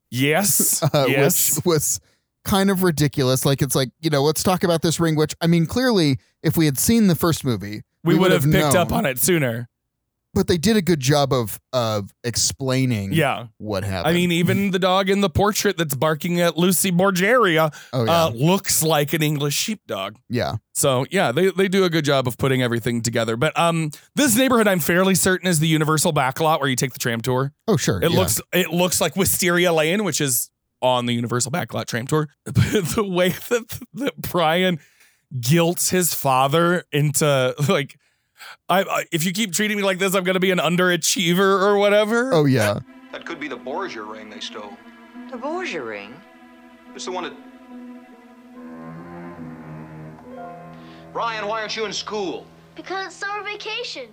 Speaker 1: Yes.
Speaker 2: uh,
Speaker 1: yes.
Speaker 2: which was kind of ridiculous. Like it's like you know, let's talk about this ring. Which I mean, clearly, if we had seen the first movie,
Speaker 1: we, would have picked up
Speaker 2: known.
Speaker 1: on it sooner.
Speaker 2: But they did a good job of of explaining.
Speaker 1: Yeah.
Speaker 2: what happened.
Speaker 1: I mean, even the dog in the portrait that's barking at Lucy Borgeria
Speaker 2: oh yeah,
Speaker 1: uh, looks like an English sheepdog.
Speaker 2: yeah.
Speaker 1: So yeah, they, they do a good job of putting everything together. But um, this neighborhood, I'm fairly certain, is the Universal backlot where you take the tram tour.
Speaker 2: Oh sure,
Speaker 1: It
Speaker 2: yeah.
Speaker 1: looks it looks like Wisteria Lane, which is on the Universal Backlot Tram Tour. But the way that that Brian guilts his father into like, I, I if you keep treating me like this, I'm gonna be an underachiever or whatever.
Speaker 2: Oh yeah,
Speaker 3: That could be the Borgia ring they stole.
Speaker 11: The Borgia ring?
Speaker 3: It's the one that. Ryan, why aren't you in school?
Speaker 10: Because it's summer vacation.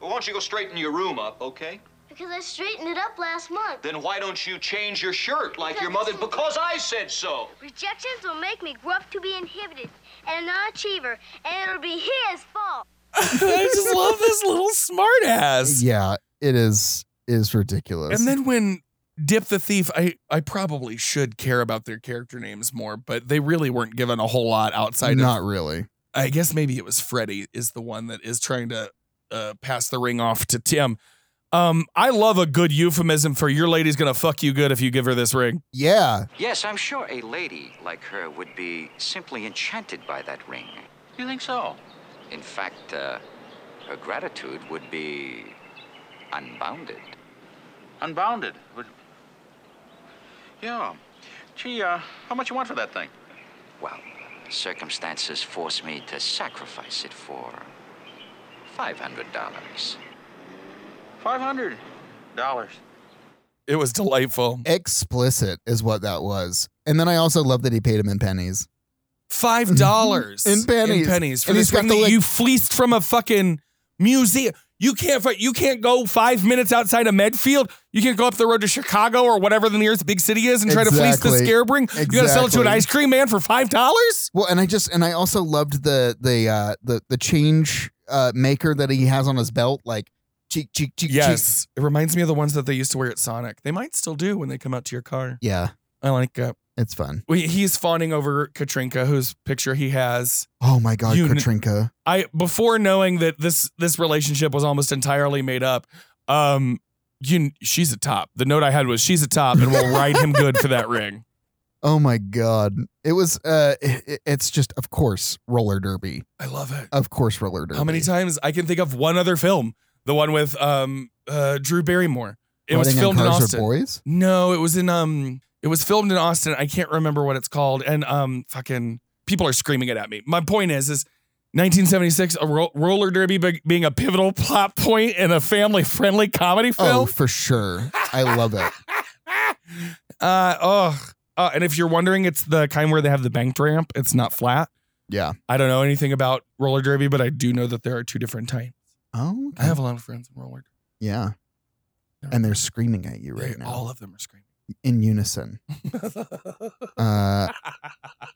Speaker 3: Well, why don't you go straighten your room up, okay?
Speaker 10: Because I straightened it up last month.
Speaker 3: Then why don't you change your shirt like your mother? Because I said so.
Speaker 10: Rejections will make me grow up to be inhibited and an achiever, and it'll be his fault.
Speaker 1: I just love this little smartass.
Speaker 2: yeah. It is is ridiculous.
Speaker 1: And then when Dip the Thief, I, I probably should care about their character names more, but they really weren't given a whole lot outside of
Speaker 2: not really.
Speaker 1: I guess maybe it was Freddie is the one that is trying to uh, pass the ring off to Tim. Um, I love a good euphemism for your lady's gonna fuck you good if you give her this ring.
Speaker 2: Yeah,
Speaker 11: Yes, I'm sure a lady like her would be simply enchanted by that ring.
Speaker 4: You think so?
Speaker 11: In fact, uh, her gratitude would be unbounded.
Speaker 4: Unbounded. Would... Yeah. Gee, uh, how much you want for that thing?
Speaker 11: Well, circumstances force me to sacrifice it for $500.
Speaker 4: Five hundred dollars.
Speaker 1: It was
Speaker 2: Mm-hmm.
Speaker 1: delightful.
Speaker 2: explicit is what that was. And then I also love that he paid him in pennies.
Speaker 1: Five dollars
Speaker 2: Mm-hmm. In pennies.
Speaker 1: pennies for
Speaker 2: And
Speaker 1: this
Speaker 2: he's got
Speaker 1: ring
Speaker 2: the
Speaker 1: that
Speaker 2: lick-
Speaker 1: you fleeced from a fucking museum. You can't fi- you can't go five minutes outside of Medfield. You can't go up the road to Chicago or whatever the nearest big city is and try to fleece
Speaker 2: Exactly.
Speaker 1: the scarab ring. You gotta sell it to an
Speaker 2: Exactly.
Speaker 1: ice cream man for five dollars.
Speaker 2: Well, and I just and I also loved the the uh the the change uh maker that he has on his belt, like cheek cheek cheek cheek.
Speaker 1: Yes, it reminds me of the ones that they used to wear at Sonic. They might still do when they come out to your car.
Speaker 2: Yeah,
Speaker 1: I like that.
Speaker 2: it's fun.
Speaker 1: Well, he's fawning over Katrinka, whose picture he has.
Speaker 2: Oh my god,
Speaker 1: You kn-
Speaker 2: Katrinka.
Speaker 1: I before knowing that this this relationship was almost entirely made up. Um, you she's a top. The note I had was she's a top, and we'll ride him good for that ring.
Speaker 2: Oh my god. It was uh i- i- it's just of course roller derby.
Speaker 1: I love it.
Speaker 2: Of course roller derby.
Speaker 1: How many times I can think of one other film? The one with um uh Drew Barrymore. It was
Speaker 2: Riding on
Speaker 1: filmed in
Speaker 2: Oh, Cars with
Speaker 1: Austin.
Speaker 2: Boys?
Speaker 1: No, it was in um It was filmed in Austin. I can't remember what it's called. And um, fucking people are screaming it at me. My point is, is 1976, a ro- roller derby be- being a pivotal plot point in a family-friendly comedy
Speaker 2: Oh,
Speaker 1: film.
Speaker 2: for sure. I love it.
Speaker 1: Uh, oh, uh, and if you're wondering, it's the kind where they have the banked ramp. It's not flat.
Speaker 2: Yeah.
Speaker 1: I don't know anything about roller derby, but I do know that there are two different types.
Speaker 2: Oh,
Speaker 1: I have a lot of friends in roller.
Speaker 2: yeah. And they're screaming at you
Speaker 1: derby.
Speaker 2: right
Speaker 1: They-
Speaker 2: now
Speaker 1: All of them are screaming.
Speaker 2: in unison. Uh,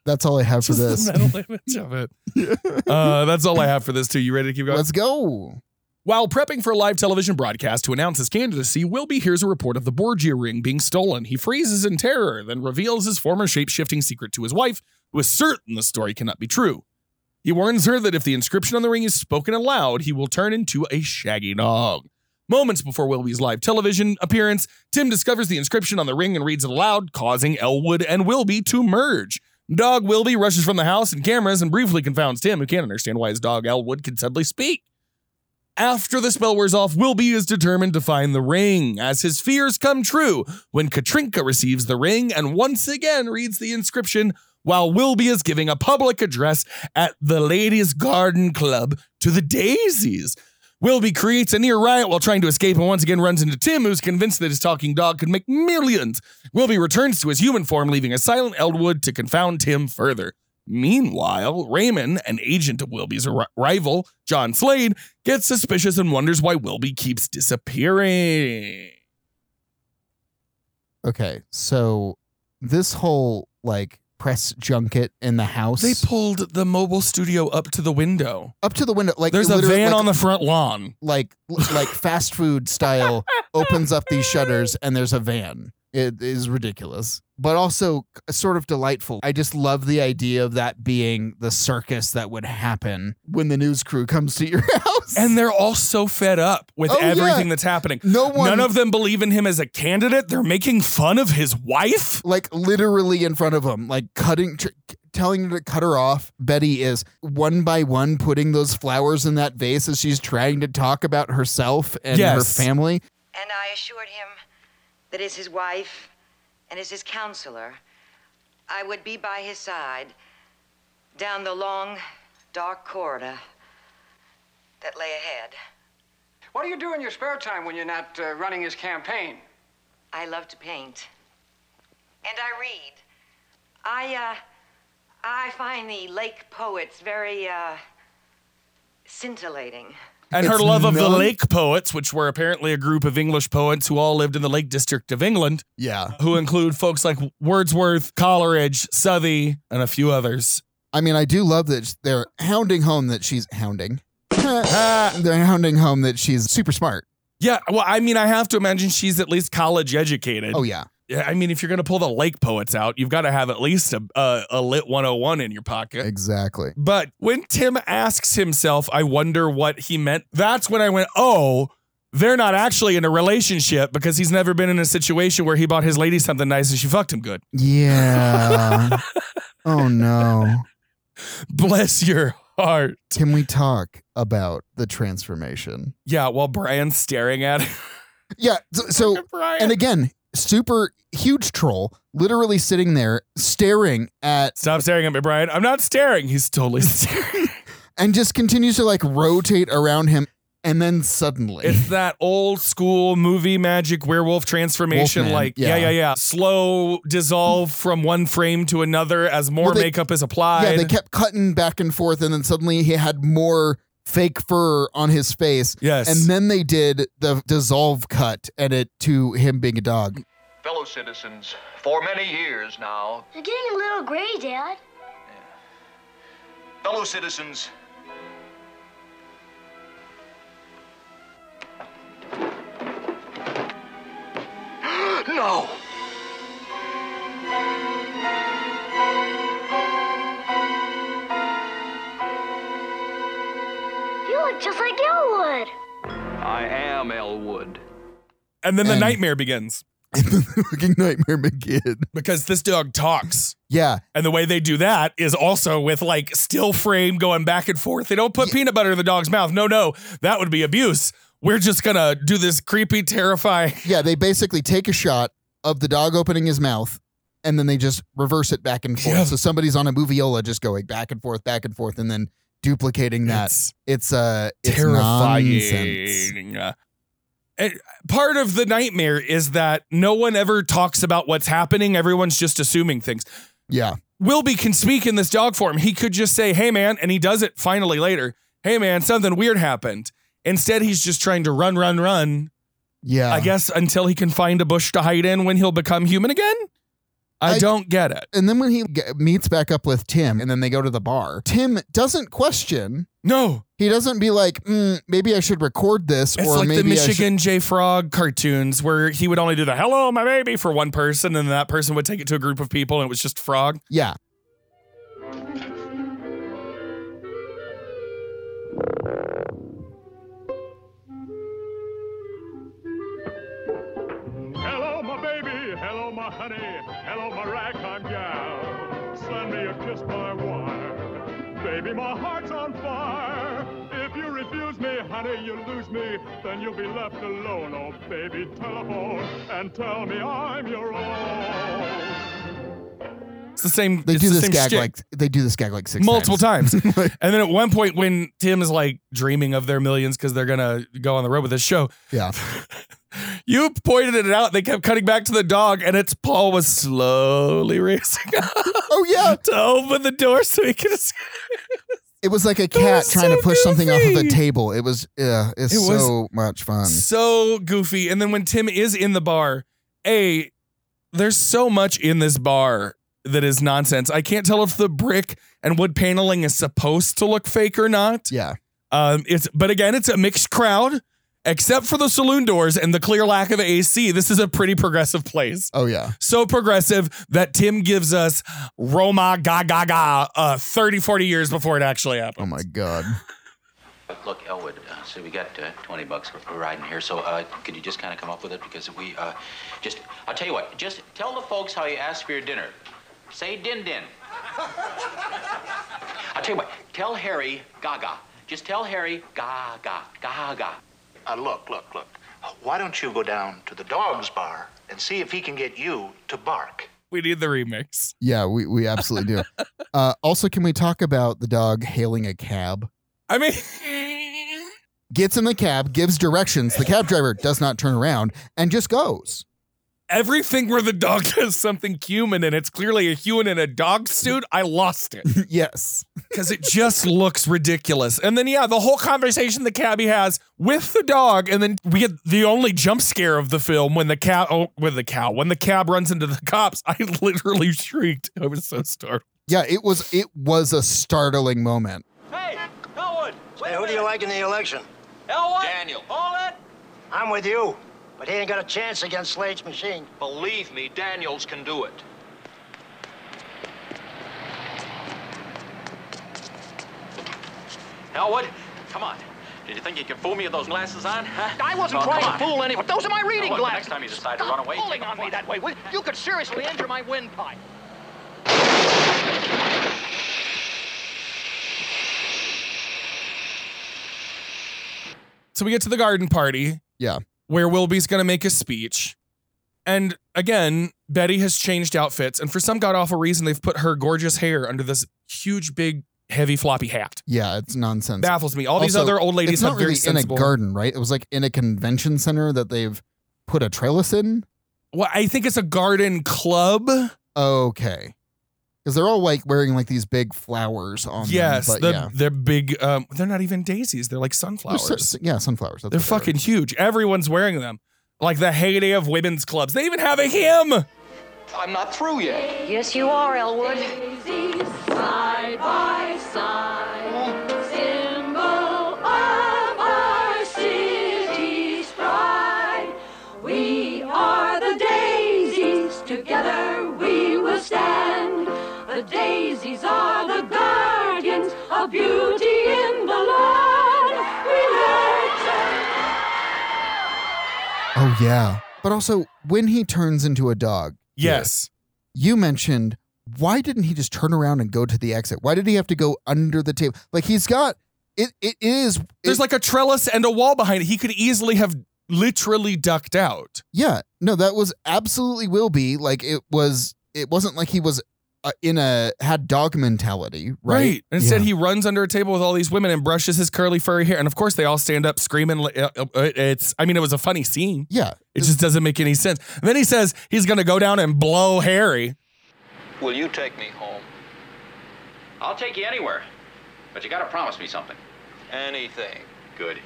Speaker 2: that's all I have for
Speaker 1: Just
Speaker 2: this.
Speaker 1: the mental image of it. Uh, that's all I have for this too. You ready to keep going?
Speaker 2: Let's go.
Speaker 1: While prepping for a live television broadcast to announce his candidacy, Wilby hears a report of the Borgia ring being stolen. He freezes in terror, then reveals his former shape shifting secret to his wife, who is certain the story cannot be true. He warns her that if the inscription on the ring is spoken aloud, he will turn into a shaggy dog. Moments before Wilby's live television appearance, Tim discovers the inscription on the ring and reads it aloud, causing Elwood and Wilby to merge. Dog Wilby rushes from the house and cameras and briefly confounds Tim, who can't understand why his dog Elwood can suddenly speak. After the spell wears off, Wilby is determined to find the ring as his fears come true when Katrinka receives the ring and once again reads the inscription while Wilby is giving a public address at the Ladies' Garden Club to the Daisies. Wilby creates a near riot while trying to escape and once again runs into Tim, who's convinced that his talking dog could make millions. Wilby returns to his human form, leaving a silent Eldwood to confound Tim further. Meanwhile, Raymond, an agent of Wilby's ri- rival, John Slade, gets suspicious and wonders why Wilby keeps disappearing.
Speaker 2: Okay. So this whole like press junket in the house
Speaker 1: They pulled the mobile studio up to the window.
Speaker 2: up to the window like
Speaker 1: There's a
Speaker 2: literally,
Speaker 1: van
Speaker 2: like,
Speaker 1: on the front lawn.
Speaker 2: like like fast food style opens up these shutters and there's a van it is ridiculous but also sort of delightful i just love the idea of that being the circus that would happen when the news crew comes to your house
Speaker 1: And they're all so fed up with
Speaker 2: Oh, yeah.
Speaker 1: everything that's happening.
Speaker 2: no one
Speaker 1: None of them believe in him as a candidate. They're making fun of his wife.
Speaker 2: like literally in front of him like cutting tr- telling her to cut her off betty is one by one putting those flowers in that vase as she's trying to talk about herself and
Speaker 1: Yes.
Speaker 2: her family
Speaker 12: And I assured him that as his wife and as his counselor, I would be by his side down the long, dark corridor that lay ahead.
Speaker 13: What do you do in your spare time when you're not uh, running his campaign?
Speaker 12: I love to paint. And I read. I, uh, I find the lake poets very, uh, scintillating.
Speaker 1: And her
Speaker 2: It's
Speaker 1: love of the
Speaker 2: none-
Speaker 1: lake poets, which were apparently a group of English poets who all lived in the Lake District of England,
Speaker 2: yeah
Speaker 1: who include folks like Wordsworth, Coleridge, Southey, and a few others.
Speaker 2: I mean, I do love that they're hounding home that she's hounding. they're hounding home that she's super smart.
Speaker 1: Yeah, well, I mean, I have to imagine she's at least college educated.
Speaker 2: Oh yeah,
Speaker 1: Yeah, I mean, if you're going to pull the lake poets out, you've got to have at least a, a, a lit 101 in your pocket.
Speaker 2: exactly.
Speaker 1: But when Tim asks himself, I wonder what he meant, that's when I went, oh, they're not actually in a relationship because he's never been in a situation where he bought his lady something nice and she fucked him good.
Speaker 2: Yeah. oh no.
Speaker 1: Bless your heart.
Speaker 2: Can we talk about the transformation?
Speaker 1: Yeah, while Brian's staring at her.
Speaker 2: Yeah. So, so
Speaker 1: Brian.
Speaker 2: and again, super huge troll, literally sitting there staring at,
Speaker 1: Stop staring at me, Brian. I'm not staring. He's totally staring.
Speaker 2: and just continues to like rotate around him, and then suddenly,
Speaker 1: It's that old school movie magic werewolf transformation,
Speaker 2: Wolfman,
Speaker 1: like yeah.
Speaker 2: yeah.
Speaker 1: yeah, yeah, Slow dissolve from one frame to another as more
Speaker 2: Well, they-
Speaker 1: makeup is applied.
Speaker 2: yeah, they kept cutting back and forth, and then suddenly he had more fake fur on his face.
Speaker 1: Yes.
Speaker 2: And then they did the dissolve cut edit to him being a dog.
Speaker 3: Fellow citizens, for many years now,
Speaker 10: You're getting a little gray, Dad.
Speaker 3: fellow citizens, no!
Speaker 10: You look just like Elwood.
Speaker 3: I am Elwood.
Speaker 1: and then the
Speaker 2: And-
Speaker 1: nightmare begins
Speaker 2: Fucking nightmare McGinn.
Speaker 1: because this dog talks.
Speaker 2: Yeah.
Speaker 1: And the way they do that is also with like still frame going back and forth. They don't put peanut butter in the dog's mouth. No, no, that would be abuse. We're just gonna do this creepy, terrifying.
Speaker 2: Yeah. They basically take a shot of the dog opening his mouth and then they just reverse it back and forth. So somebody's on a moviola just going back and forth, back and forth, and then duplicating that. It's, uh, it's nonsense.
Speaker 1: terrifying. And part of the nightmare is that no one ever talks about what's happening. Everyone's just assuming things.
Speaker 2: Yeah.
Speaker 1: Wilby can speak in this dog form. He could just say, hey, man, and he does it finally later. Hey, man, something weird happened. Instead, he's just trying to run, run, run.
Speaker 2: Yeah.
Speaker 1: I guess until he can find a bush to hide in when he'll become human again. I, don't get it.
Speaker 2: And then when he g- meets back up with Tim and then they go to the bar, Tim doesn't question.
Speaker 1: No.
Speaker 2: He doesn't be like, mm, maybe I should record this
Speaker 1: It's
Speaker 2: or
Speaker 1: like the
Speaker 2: maybe I should-
Speaker 1: Michigan J Frog cartoons where he would only do the hello, my baby for one person, and that person would take it to a group of people and it was just frog.
Speaker 2: Yeah.
Speaker 14: Hello, my baby. Hello, my honey. Hello, my ragtime gal. Send me a kiss by wire. Baby, my heart's on fire. If you refuse me, honey, you lose me. Then you'll be left alone. Oh, baby, telephone and tell me I'm your own.
Speaker 1: It's the same.
Speaker 2: They
Speaker 1: it's
Speaker 2: do
Speaker 1: the
Speaker 2: this
Speaker 1: same
Speaker 2: gag
Speaker 1: shtick.
Speaker 2: like they do this gag like six
Speaker 1: multiple
Speaker 2: times.
Speaker 1: times. and then at one point, when Tim is like dreaming of their millions because they're gonna go on the road with this show,
Speaker 2: Yeah.
Speaker 1: you pointed it out. They kept cutting back to the dog, and its paw was slowly raising up
Speaker 2: Oh yeah.
Speaker 1: to open the door so he could. escape.
Speaker 2: It was like a cat
Speaker 1: was
Speaker 2: trying to
Speaker 1: so
Speaker 2: push something off of a
Speaker 1: goofy.
Speaker 2: table. It was uh, it's
Speaker 1: It was
Speaker 2: so much fun.
Speaker 1: so goofy. And then when Tim is in the bar, A, there's so much in this bar that is nonsense. I can't tell if the brick and wood paneling is supposed to look fake or not.
Speaker 2: Yeah.
Speaker 1: Um, it's but again, it's a mixed crowd, except for the saloon doors and the clear lack of AC. This is a pretty progressive place.
Speaker 2: Oh yeah.
Speaker 1: So progressive that Tim gives us Roma ga ga ga uh, 30, 40 years before it actually happened.
Speaker 2: Oh my god.
Speaker 11: Look, Elwood, uh, see, we got uh, 20 bucks for, for riding here, so uh, could you just kind of come up with it? Because we uh, just, I'll tell you what, just tell the folks how you asked for your dinner. Say din din. I'll tell you what, tell Harry gaga. Just tell Harry gaga, gaga.
Speaker 15: Uh, look, look, look. Why don't you go down to the dog's bar and see if he can get you to bark?
Speaker 1: We need the remix.
Speaker 2: Yeah, we, we absolutely do. uh, also, can we talk about the dog hailing a cab?
Speaker 1: I mean,
Speaker 2: Gets in the cab, gives directions. The cab driver does not turn around and just goes.
Speaker 1: everything where the dog does something human and it's clearly a human in a dog suit, I lost it
Speaker 2: yes.
Speaker 1: because it just looks ridiculous. And then, yeah, the whole conversation the cabbie has with the dog, and then we get the only jump scare of the film when the cow, oh, with the cow, when the cab runs into the cops. I literally shrieked. I was so startled.
Speaker 2: Yeah, it was it was a startling moment.
Speaker 16: Hey, Elwood!
Speaker 15: Say, who do you like in the election?
Speaker 16: Elwood! Daniel! All that?
Speaker 15: I'm with you, but he ain't got a chance against Slade's machine.
Speaker 16: Believe me, Daniels can do it. Elwood, come on. Did you think you could fool me with those glasses on? Huh?
Speaker 17: I wasn't
Speaker 16: Oh, come
Speaker 17: trying
Speaker 16: on.
Speaker 17: to fool anyone. Those are my reading
Speaker 16: Elwood,
Speaker 17: glasses.
Speaker 16: Next time you decide
Speaker 17: Stop
Speaker 16: to run away,
Speaker 17: pulling
Speaker 16: take
Speaker 17: on me that way. will you? You could seriously injure my windpipe.
Speaker 1: So we get to the garden party.
Speaker 2: Yeah.
Speaker 1: Where Wilby's going to make a speech. And again, Betty has changed outfits. And for some god awful reason, they've put her gorgeous hair under this huge, big, heavy, floppy hat.
Speaker 2: Yeah, it's nonsense.
Speaker 1: Baffles me. All these
Speaker 2: Also,
Speaker 1: other old ladies
Speaker 2: it's not
Speaker 1: have very
Speaker 2: really
Speaker 1: sensible.
Speaker 2: in a garden, right? It was like in a convention center that they've put a trellis in.
Speaker 1: Well, I think it's a garden club.
Speaker 2: Okay. Because they're all like wearing like these big flowers on
Speaker 1: yes,
Speaker 2: them. but
Speaker 1: the,
Speaker 2: yeah.
Speaker 1: they're big. Um, they're not even daisies. They're like
Speaker 2: They're
Speaker 1: sunflowers.
Speaker 2: so- yeah, sunflowers.
Speaker 1: they're
Speaker 2: that's what they are.
Speaker 1: fucking huge. Everyone's wearing them. Like the heyday of women's clubs. They even have a hymn.
Speaker 16: I'm not through yet.
Speaker 18: Yes, you are, Elwood. Side by side, symbol of our city's pride. We are the daisies, together we will stand. The daisies are the guardians of beauty in the land. We nurture.
Speaker 2: Oh yeah. But also when he turns into a dog.
Speaker 1: Yes.
Speaker 2: You mentioned why didn't he just turn around and go to the exit? Why did he have to go under the table? Like he's got it it is
Speaker 1: There's like a trellis and a wall behind it. He could easily have literally ducked out.
Speaker 2: yeah, no, that was absolutely will be like it was it wasn't like he was uh, in a had dog mentality, right?
Speaker 1: Instead, he runs under a table with all these women and brushes his curly furry hair, and of course, they all stand up screaming. li- uh, uh, It's. I mean, it was a funny scene.
Speaker 2: Yeah.
Speaker 1: It just doesn't make any sense. And then he says he's going to go down and blow Harry.
Speaker 11: Will you take me home?
Speaker 16: I'll take you anywhere. But you gotta promise me something.
Speaker 11: Anything.
Speaker 16: Good.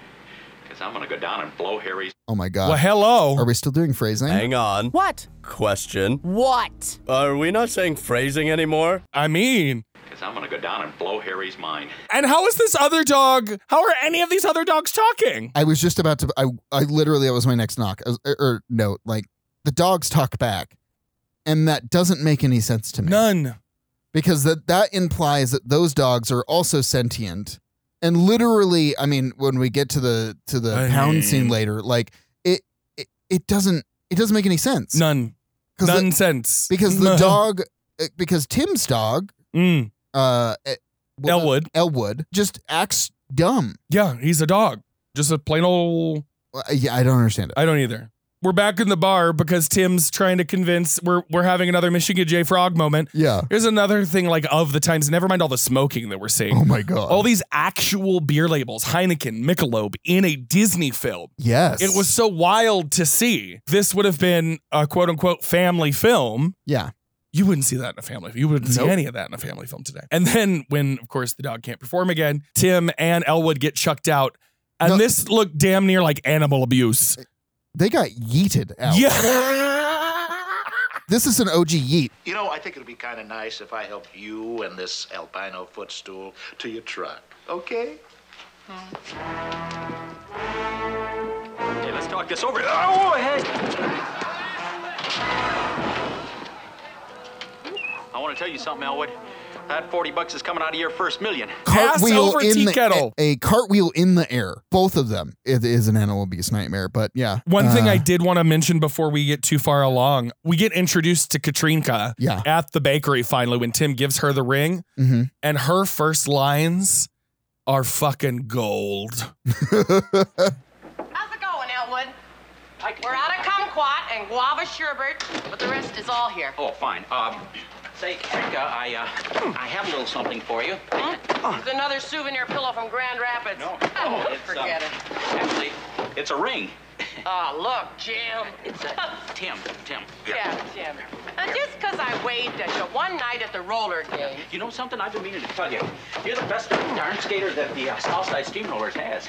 Speaker 16: Because I'm gonna go down and blow Harry's.
Speaker 2: Oh my god.
Speaker 1: Well, hello.
Speaker 2: Are we still doing phrasing?
Speaker 19: Hang on.
Speaker 20: What?
Speaker 19: Question.
Speaker 20: What?
Speaker 19: Are we not saying phrasing anymore?
Speaker 1: I mean.
Speaker 16: Because I'm gonna go down and blow Harry's mind.
Speaker 1: And how is this other dog? How are any of these other dogs talking?
Speaker 2: I was just about to. I, I literally that was my next knock I was- or, or note. Like the dogs talk back, and that doesn't make any sense to me.
Speaker 1: None.
Speaker 2: Because that that implies that those dogs are also sentient, and literally, I mean, when we get to the to the
Speaker 1: I
Speaker 2: pound
Speaker 1: mean-
Speaker 2: scene later, like it it, it doesn't it doesn't make any sense.
Speaker 1: None.
Speaker 2: 'Cause the-
Speaker 1: Nonsense.
Speaker 2: because the
Speaker 1: No.
Speaker 2: dog uh, because Tim's dog
Speaker 1: Mm.
Speaker 2: uh uh, well,
Speaker 1: Elwood.
Speaker 2: Elwood just acts dumb.
Speaker 1: Yeah, he's a dog. Just a plain old.
Speaker 2: Uh, Yeah, I don't understand it.
Speaker 1: I don't either. We're back in the bar because Tim's trying to convince we're we're having another Michigan J Frog moment.
Speaker 2: Yeah.
Speaker 1: Here's another thing like of the times, never mind all the smoking that we're seeing.
Speaker 2: Oh my god.
Speaker 1: All these actual beer labels, Heineken, Michelob, in a Disney film.
Speaker 2: Yes.
Speaker 1: It was so wild to see. This would have been a quote unquote family film.
Speaker 2: Yeah.
Speaker 1: You wouldn't see that in a family film. You wouldn't see
Speaker 2: Nope.
Speaker 1: any of that in a family film today. And then when, of course, the dog can't perform again, Tim and Elwood get chucked out. And
Speaker 2: No.
Speaker 1: this looked damn near like animal abuse.
Speaker 2: They got yeeted out.
Speaker 1: Yeah.
Speaker 2: This is an OG yeet.
Speaker 15: You know, I think it'd be kind of nice if I helped you and this albino footstool to your truck. Okay?
Speaker 16: Hey, let's talk this over.
Speaker 13: Oh, hey!
Speaker 16: I want to tell you something, Elwood. That 40 bucks is coming out of your first million.
Speaker 1: Pass over tea
Speaker 2: the
Speaker 1: kettle.
Speaker 2: A, a cartwheel in the air. Both of them. It is an animal abuse nightmare, but yeah.
Speaker 1: One thing
Speaker 2: Uh,
Speaker 1: I did want to mention before we get too far along, we get introduced to Katrinka
Speaker 2: Yeah.
Speaker 1: at the bakery finally when Tim gives her the ring,
Speaker 2: mhm.
Speaker 1: and her first lines are fucking gold.
Speaker 8: How's it going, Elwood? We're out of kumquat and guava sherbet, but the rest is all here.
Speaker 16: Oh, fine. Uh,
Speaker 11: Um, Say, Rinka, I, uh, I have a little something for you.
Speaker 8: It's another souvenir pillow from Grand Rapids.
Speaker 11: No.
Speaker 8: Oh,
Speaker 11: it's,
Speaker 8: forget
Speaker 11: um, Actually, it's a ring.
Speaker 8: it. Oh, look, Jim.
Speaker 11: It's a Tim. Tim.
Speaker 8: Yeah, Jim. And just 'cause I waved at you one night at the roller game.
Speaker 11: You know something? I've been meaning to tell you. You're the best darn skater that the uh, Southside Steamrollers has.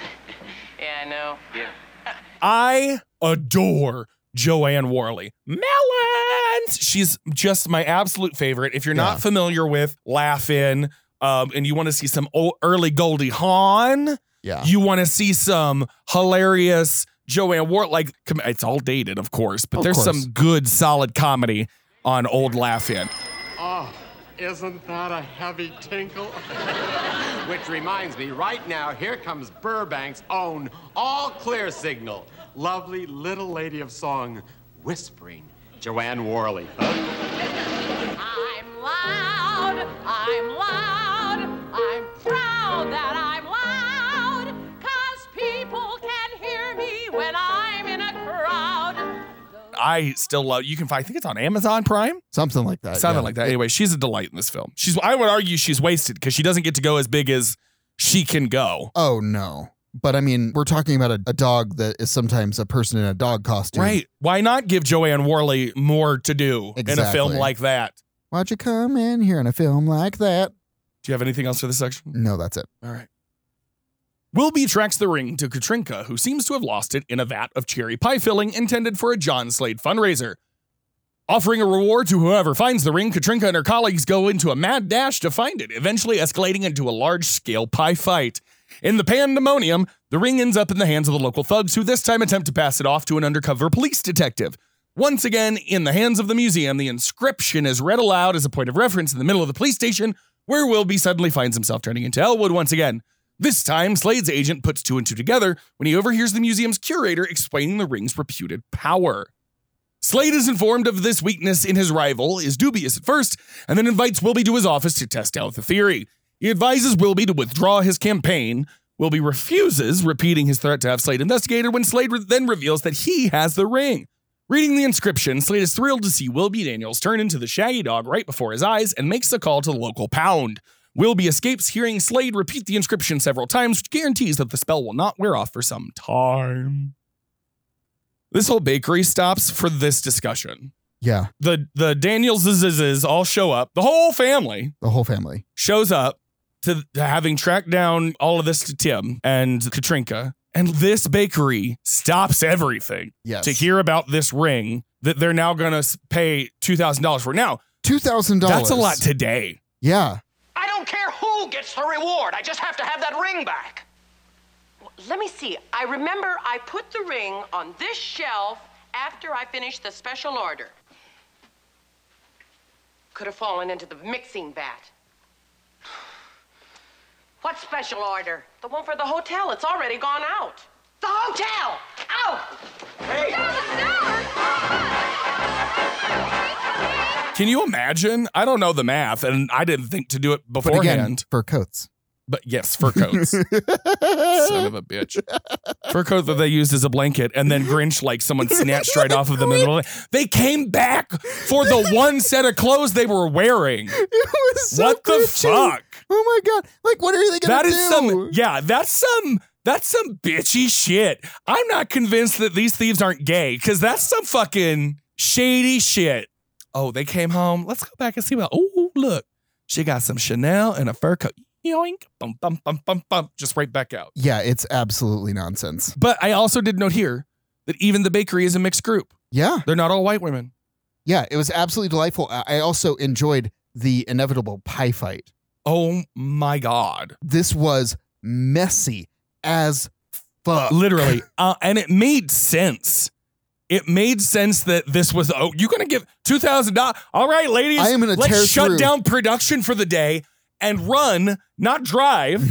Speaker 8: Yeah, I know.
Speaker 11: Yeah.
Speaker 1: I adore Joanne Worley. Melons! She's just my absolute favorite. If you're not
Speaker 2: Yeah.
Speaker 1: familiar with Laugh In, um, and you want to see some o- early Goldie Hawn,
Speaker 2: yeah.
Speaker 1: you want to see some hilarious Joanne Wart. Like com- it's all dated, of course, but
Speaker 2: Of
Speaker 1: there's
Speaker 2: course.
Speaker 1: some good, solid comedy on old Laugh In.
Speaker 21: Oh, isn't that a heavy tinkle? Which reminds me, right now, here comes Burbank's own all clear signal. Lovely little lady of song, whispering, Joanne Worley.
Speaker 18: I'm loud, I'm loud, I'm proud that I'm loud, cause people can hear me when I'm in a crowd.
Speaker 1: I still love. You can find. I think it's on Amazon Prime.
Speaker 2: Something like that.
Speaker 1: Something
Speaker 2: Uh, yeah.
Speaker 1: like that. Anyway, she's a delight in this film. She's. I would argue she's wasted because she doesn't get to go as big as she can go.
Speaker 2: Oh, no. But I mean, we're talking about a, a dog that is sometimes a person in a dog costume.
Speaker 1: Right? Why not give Joanne Worley more to do in a film
Speaker 2: Exactly.
Speaker 1: like that?
Speaker 2: Why'd you come in here in a film like that?
Speaker 1: Do you have anything else for this section?
Speaker 2: No, that's it.
Speaker 1: All right. Wilby tracks the ring to Katrinka, who seems to have lost it in a vat of cherry pie filling intended for a John Slade fundraiser. Offering a reward to whoever finds the ring, Katrinka and her colleagues go into a mad dash to find it, eventually escalating into a large scale pie fight. In the pandemonium, the ring ends up in the hands of the local thugs, who this time attempt to pass it off to an undercover police detective. Once again, in the hands of the museum, the inscription is read aloud as a point of reference in the middle of the police station, where Wilby suddenly finds himself turning into Elwood once again. This time, Slade's agent puts two and two together when he overhears the museum's curator explaining the ring's reputed power. Slade is informed of this weakness in his rival, is dubious at first, and then invites Wilby to his office to test out the theory. He advises Wilby to withdraw his campaign. Wilby refuses, repeating his threat to have Slade investigated when Slade re- then reveals that he has the ring. Reading the inscription, Slade is thrilled to see Wilby Daniels turn into the shaggy dog right before his eyes and makes the call to the local pound. Wilby escapes, hearing Slade repeat the inscription several times, which guarantees that the spell will not wear off for some time. This whole bakery stops for this discussion.
Speaker 2: Yeah,
Speaker 1: The the Danielses all show up. The whole family
Speaker 2: the whole family.
Speaker 1: shows up to, to having tracked down all of this to Tim and Katrinka. And this bakery stops everything
Speaker 2: Yes.
Speaker 1: to hear about this ring that they're now going to pay $2,000 for. Now,
Speaker 2: Two thousand dollars.
Speaker 1: that's a lot today.
Speaker 2: Yeah,
Speaker 17: I don't care who gets the reward. I just have to have that ring back.
Speaker 8: Let me see. I remember I put the ring on this shelf after I finished the special order. Could have fallen into the mixing vat. What special order? The one for the hotel. It's already gone out. The hotel! Out! Hey!
Speaker 1: Can you imagine? I don't know the math, and I didn't think to do it
Speaker 2: but again,
Speaker 1: beforehand.
Speaker 2: fur coats.
Speaker 1: But, yes, fur coats. Son of a bitch. Fur coat that they used as a blanket, and then Grinch, like someone snatched right off of them. in the middle of the- They came back for the one set of clothes they were wearing.
Speaker 2: It was so
Speaker 1: What the
Speaker 2: cringy.
Speaker 1: fuck?
Speaker 2: Oh my god! Like, what are they gonna
Speaker 1: That
Speaker 2: do?
Speaker 1: is some yeah, that's some that's some bitchy shit. I'm not convinced that these thieves aren't gay because that's some fucking shady shit. Oh, they came home. Let's go back and see what. Oh, look, she got some Chanel and a fur coat. Yoink, bum bum bum bum bum, just right back out.
Speaker 2: yeah, it's absolutely nonsense.
Speaker 1: But I also did note here that even the bakery is a mixed group.
Speaker 2: Yeah,
Speaker 1: They're not all white women.
Speaker 2: yeah, it was absolutely delightful. I I also enjoyed the inevitable pie fight.
Speaker 1: Oh my god.
Speaker 2: This was messy as fuck.
Speaker 1: literally uh, and it made sense it made sense that this was oh you're gonna give $2000 all right ladies
Speaker 2: I am gonna
Speaker 1: let's
Speaker 2: tear
Speaker 1: shut
Speaker 2: through.
Speaker 1: down production for the day and run not drive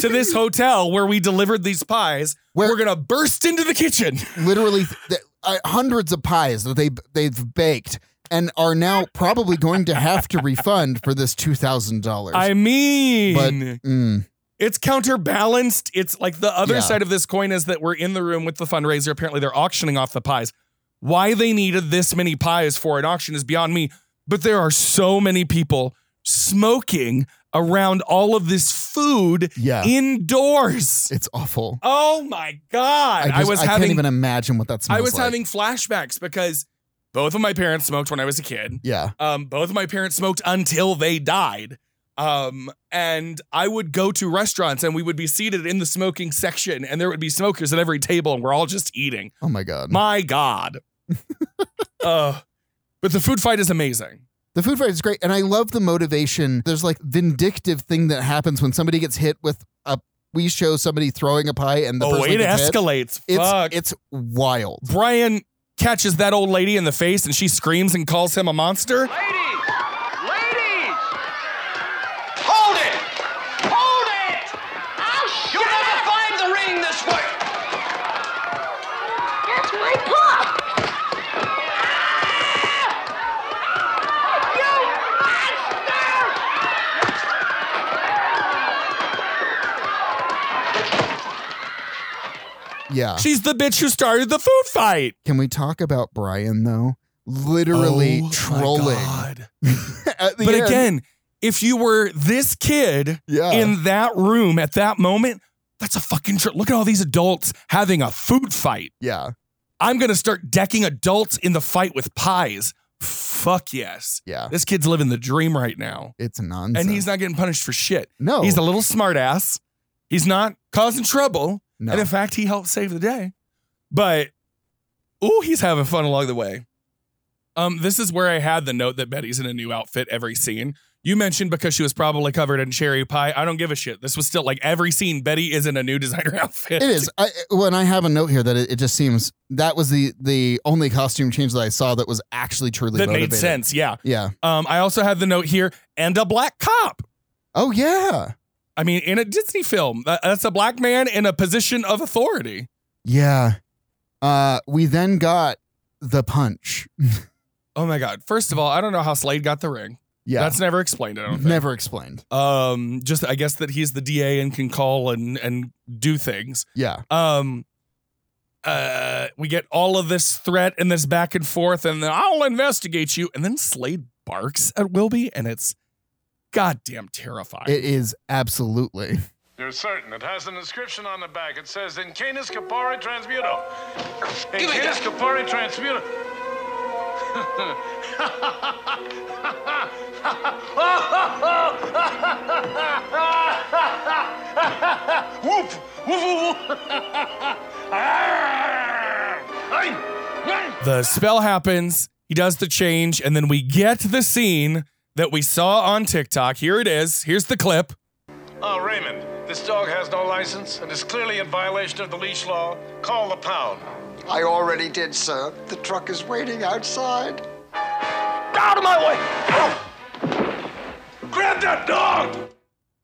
Speaker 1: to this hotel where we delivered these pies
Speaker 2: Where-
Speaker 1: we're gonna burst into the kitchen
Speaker 2: literally th- uh, hundreds of pies that they they've baked and are now probably going to have to refund for this two thousand dollars.
Speaker 1: i mean
Speaker 2: but mm,
Speaker 1: it's counterbalanced. It's like the other
Speaker 2: Yeah.
Speaker 1: side of this coin is that we're in the room with the fundraiser. Apparently, they're auctioning off the pies. Why they needed this many pies for an auction is beyond me, but there are so many people smoking around all of this food
Speaker 2: Yeah.
Speaker 1: indoors.
Speaker 2: it's awful.
Speaker 1: Oh my God. I,
Speaker 2: just-
Speaker 1: was
Speaker 2: I
Speaker 1: having
Speaker 2: can't even imagine what that smells
Speaker 1: I was
Speaker 2: like.
Speaker 1: having flashbacks because both of my parents smoked when I was a kid.
Speaker 2: yeah.
Speaker 1: Um, both of my parents smoked until they died. Um, and I would go to restaurants and we would be seated in the smoking section and there would be smokers at every table and we're all just eating.
Speaker 2: Oh my god.
Speaker 1: My God. uh, but the food fight is amazing.
Speaker 2: The food fight is great, and I love the motivation. There's like vindictive thing that happens when somebody gets hit with a. We show somebody throwing a pie, and the
Speaker 1: oh,
Speaker 2: person
Speaker 1: it
Speaker 2: gets hit.
Speaker 1: escalates. Fuck.
Speaker 2: It's it's wild.
Speaker 1: Brian catches that old lady in the face and she screams and calls him a monster.
Speaker 2: Ah.
Speaker 17: Ladies! Ladies! Hold it! Hold it! I'll You'll never find the ring this way!
Speaker 10: That's my paw!
Speaker 17: You monster!
Speaker 2: Yeah.
Speaker 1: She's the bitch who started the food fight.
Speaker 2: Can we talk about Brian though? Literally
Speaker 1: Oh my
Speaker 2: trolling.
Speaker 1: God.
Speaker 2: At the
Speaker 1: But
Speaker 2: end.
Speaker 1: again, if you were this kid
Speaker 2: Yeah.
Speaker 1: in that room at that moment, that's a fucking tr- look at all these adults having a food fight.
Speaker 2: yeah,
Speaker 1: I'm gonna start decking adults in the fight with pies. Fuck yes.
Speaker 2: yeah,
Speaker 1: This kid's living the dream right now.
Speaker 2: it's nonsense.
Speaker 1: And he's not getting punished for shit.
Speaker 2: no,
Speaker 1: He's a little smartass. He's not causing trouble.
Speaker 2: no.
Speaker 1: And in fact, he helped save the day. But ooh, he's having fun along the way. Um, this is where I had the note that Betty's in a new outfit every scene. You mentioned because she was probably covered in cherry pie. I don't give a shit. This was still like every scene. Betty is in a new designer outfit.
Speaker 2: It is. I, when I have a note here that it, it just seems that was the the only costume change that I saw that was actually truly
Speaker 1: that
Speaker 2: motivated.
Speaker 1: made sense. Yeah.
Speaker 2: Yeah.
Speaker 1: Um, I also had the note here and a black cop.
Speaker 2: Oh yeah.
Speaker 1: I mean, in a Disney film, that- that's a black man in a position of authority.
Speaker 2: Yeah. Uh, we then got the punch.
Speaker 1: Oh my god! First of all, I don't know how Slade got the ring.
Speaker 2: Yeah.
Speaker 1: That's never explained. I don't think.
Speaker 2: never explained.
Speaker 1: um just i guess that he's the da and can call and and do things
Speaker 2: Yeah.
Speaker 1: um uh, we get all of this threat and this back and forth, and then I'll investigate you. And then Slade barks at Wilby, and it's goddamn terrifying.
Speaker 2: It is absolutely.
Speaker 7: You're certain it has an inscription on the back. It says, In Canis Capore Transmuto. In
Speaker 17: Give me
Speaker 7: Canis
Speaker 17: that.
Speaker 7: Capore Transmuto.
Speaker 17: whoop! Woof, woof, woof. Arr! Ein! Ein!
Speaker 1: The spell happens, he does the change, and then we get the scene that we saw on TikTok. Here it is. Here's the clip.
Speaker 7: Uh, Raymond, this dog has no license and is clearly in violation of the leash law. Call the pound.
Speaker 20: I already did, sir. The truck is waiting outside.
Speaker 17: Out of my way! Grab that dog!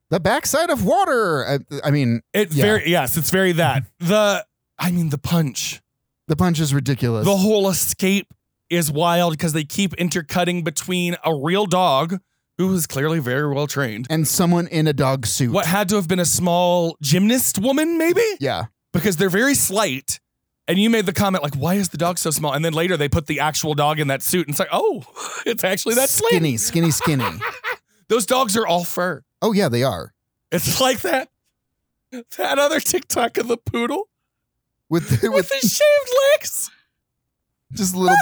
Speaker 2: The backside of water. I, I mean,
Speaker 1: It very yes, it's very that. The I mean the punch.
Speaker 2: The punch is ridiculous.
Speaker 1: The whole escape is wild because they keep intercutting between a real dog who is clearly very well trained.
Speaker 2: and someone in a dog suit.
Speaker 1: What had to have been a small gymnast woman, maybe?
Speaker 2: Yeah.
Speaker 1: Because they're very slight. And you made the comment, like, why is the dog so small? And then later they put the actual dog in that suit. And it's like, oh, it's actually that slim.
Speaker 2: skinny, skinny, skinny.
Speaker 1: Those dogs are all fur.
Speaker 2: oh yeah, they are.
Speaker 1: It's like that. That other TikTok of the poodle
Speaker 2: With the,
Speaker 1: with
Speaker 2: with
Speaker 1: the shaved legs.
Speaker 2: just little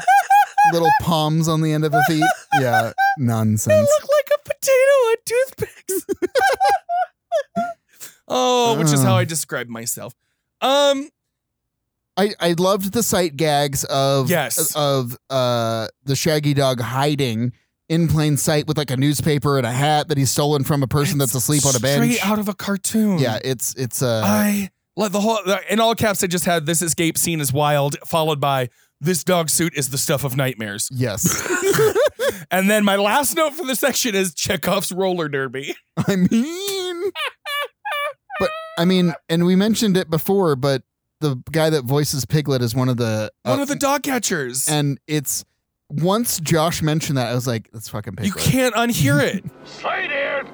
Speaker 2: little palms on the end of the feet. Yeah,
Speaker 1: They
Speaker 2: nonsense.
Speaker 1: look like a potato on toothpicks. oh, which is
Speaker 2: Uh.
Speaker 1: how I describe myself. Um,
Speaker 2: I, I loved the sight gags of
Speaker 1: Yes.
Speaker 2: of uh the shaggy dog hiding in plain sight with like a newspaper and a hat that he's stolen from a person that's asleep on a bench.
Speaker 1: straight out of a cartoon.
Speaker 2: Yeah, it's it's uh
Speaker 1: I love the whole in all caps. I just had this escape scene is wild, followed by this dog suit is the stuff of nightmares.
Speaker 2: yes.
Speaker 1: And then my last note for the section is Chekhov's roller derby.
Speaker 2: I mean But I mean, and we mentioned it before, but the guy that voices Piglet is one of the
Speaker 1: One
Speaker 2: uh,
Speaker 1: of the dog catchers.
Speaker 2: and it's once Josh mentioned that I was like, that's fucking
Speaker 1: you
Speaker 2: Piglet.
Speaker 1: can't unhear it.
Speaker 7: Slade here!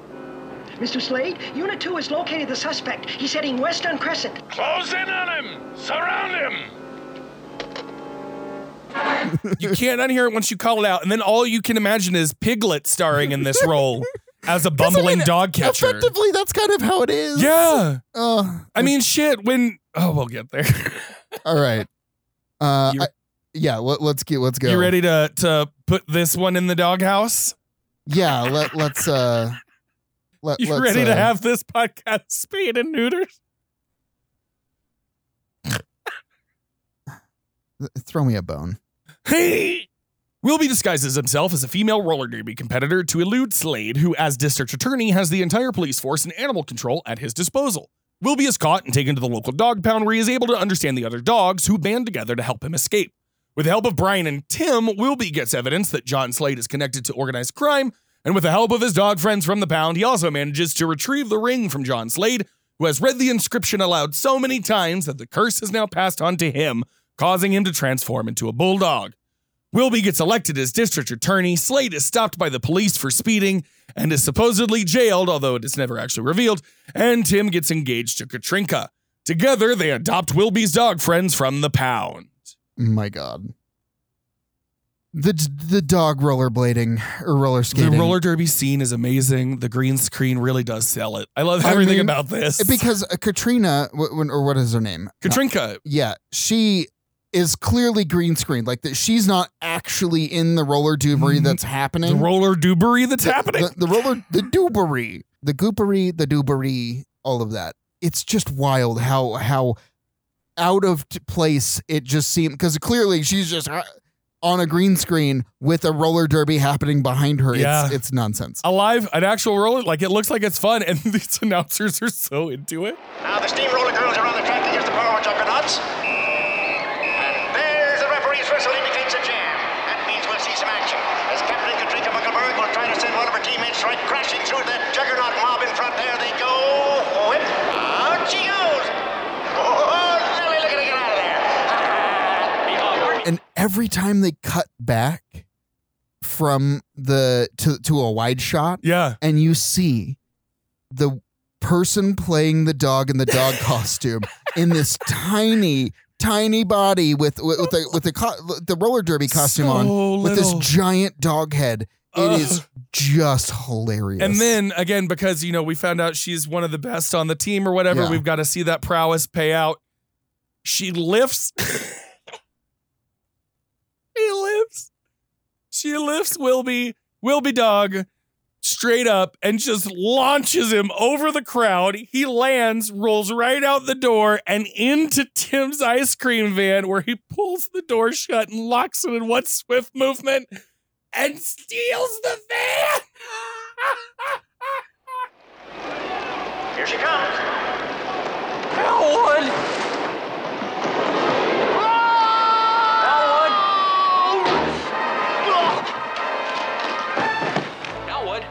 Speaker 22: Mr. Slade, Unit 2 has located the suspect. He's heading west on Crescent.
Speaker 7: Close in on him! Surround him!
Speaker 1: You can't unhear it once you call it out. And then all you can imagine is Piglet starring in this role as a bumbling dog catcher.
Speaker 2: Effectively, that's kind of how it is.
Speaker 1: Yeah.
Speaker 2: Oh,
Speaker 1: I mean, shit, when. Oh, we'll get there.
Speaker 2: All right. Uh,
Speaker 1: You-
Speaker 2: I- yeah. Let, let's get. Let's go.
Speaker 1: You ready to, to put this one in the doghouse?
Speaker 2: Yeah. Let Let's. Uh, let,
Speaker 1: You
Speaker 2: let's,
Speaker 1: ready
Speaker 2: uh,
Speaker 1: to have this podcast spayed and neutered?
Speaker 2: th- Throw me a bone.
Speaker 1: Hey! Wilby disguises himself as a female roller derby competitor to elude Slade, who, as district attorney, has the entire police force and animal control at his disposal. Wilby is caught and taken to the local dog pound where he is able to understand the other dogs who band together to help him escape. With the help of Brian and Tim, Wilby gets evidence that John Slade is connected to organized crime, and with the help of his dog friends from the pound, he also manages to retrieve the ring from John Slade, who has read the inscription aloud so many times that the curse is now passed on to him, causing him to transform into a bulldog. Wilby gets elected as district attorney. Slade is stopped by the police for speeding and is supposedly jailed, although it is never actually revealed. And Tim gets engaged to Katrinka. Together, they adopt Wilby's dog friends from the pound.
Speaker 2: My God. The the dog rollerblading or roller skating.
Speaker 1: The roller derby scene is amazing. The green screen really does sell it. I love
Speaker 2: I
Speaker 1: everything
Speaker 2: mean,
Speaker 1: about this.
Speaker 2: because uh, Katrina wh- when- or what is her name? Uh,
Speaker 1: Katrinka,
Speaker 2: Yeah, she is clearly green screened. Like that, she's not actually in the roller doobery that's happening.
Speaker 1: Mm-hmm. the roller doobery that's happening.
Speaker 2: the, the roller, the doobery, the goopery, the doobery, all of that. It's just wild how how out of t- place it just seemed because clearly she's just uh, on a green screen with a roller derby happening behind her.
Speaker 1: Yeah.
Speaker 2: It's, it's nonsense.
Speaker 1: Alive, an actual roller, like it looks like it's fun, and these announcers are so into it.
Speaker 6: Now the steamroller girls are on the track to use the power juggernauts. And there's the referee's whistle indicates a jam. That means we'll see some action. As Captain Katrina Muckelberg will try to send one of her teammates right crashing through that juggernaut mob in front. There they go. Whip. Out she goes. Oh, Lily looking to get out of there.
Speaker 2: And every time they cut back from the to to a wide shot,
Speaker 1: Yeah.
Speaker 2: and you see the person playing the dog in the dog costume in this tiny tiny body with with, with the with the co- the roller derby costume
Speaker 1: So
Speaker 2: on with this
Speaker 1: little.
Speaker 2: giant dog head. It is
Speaker 1: Ugh.
Speaker 2: just hilarious.
Speaker 1: And then again, because you know we found out she's one of the best on the team or whatever,
Speaker 2: Yeah.
Speaker 1: we've got to see that prowess pay out. She lifts. he lifts. She lifts Wilby, Wilby Dog, straight up and just launches him over the crowd. He lands, rolls right out the door and into Tim's ice cream van, where he pulls the door shut and locks it in one swift movement and steals the van.
Speaker 6: Here she comes.
Speaker 17: Elwood!
Speaker 16: Elwood?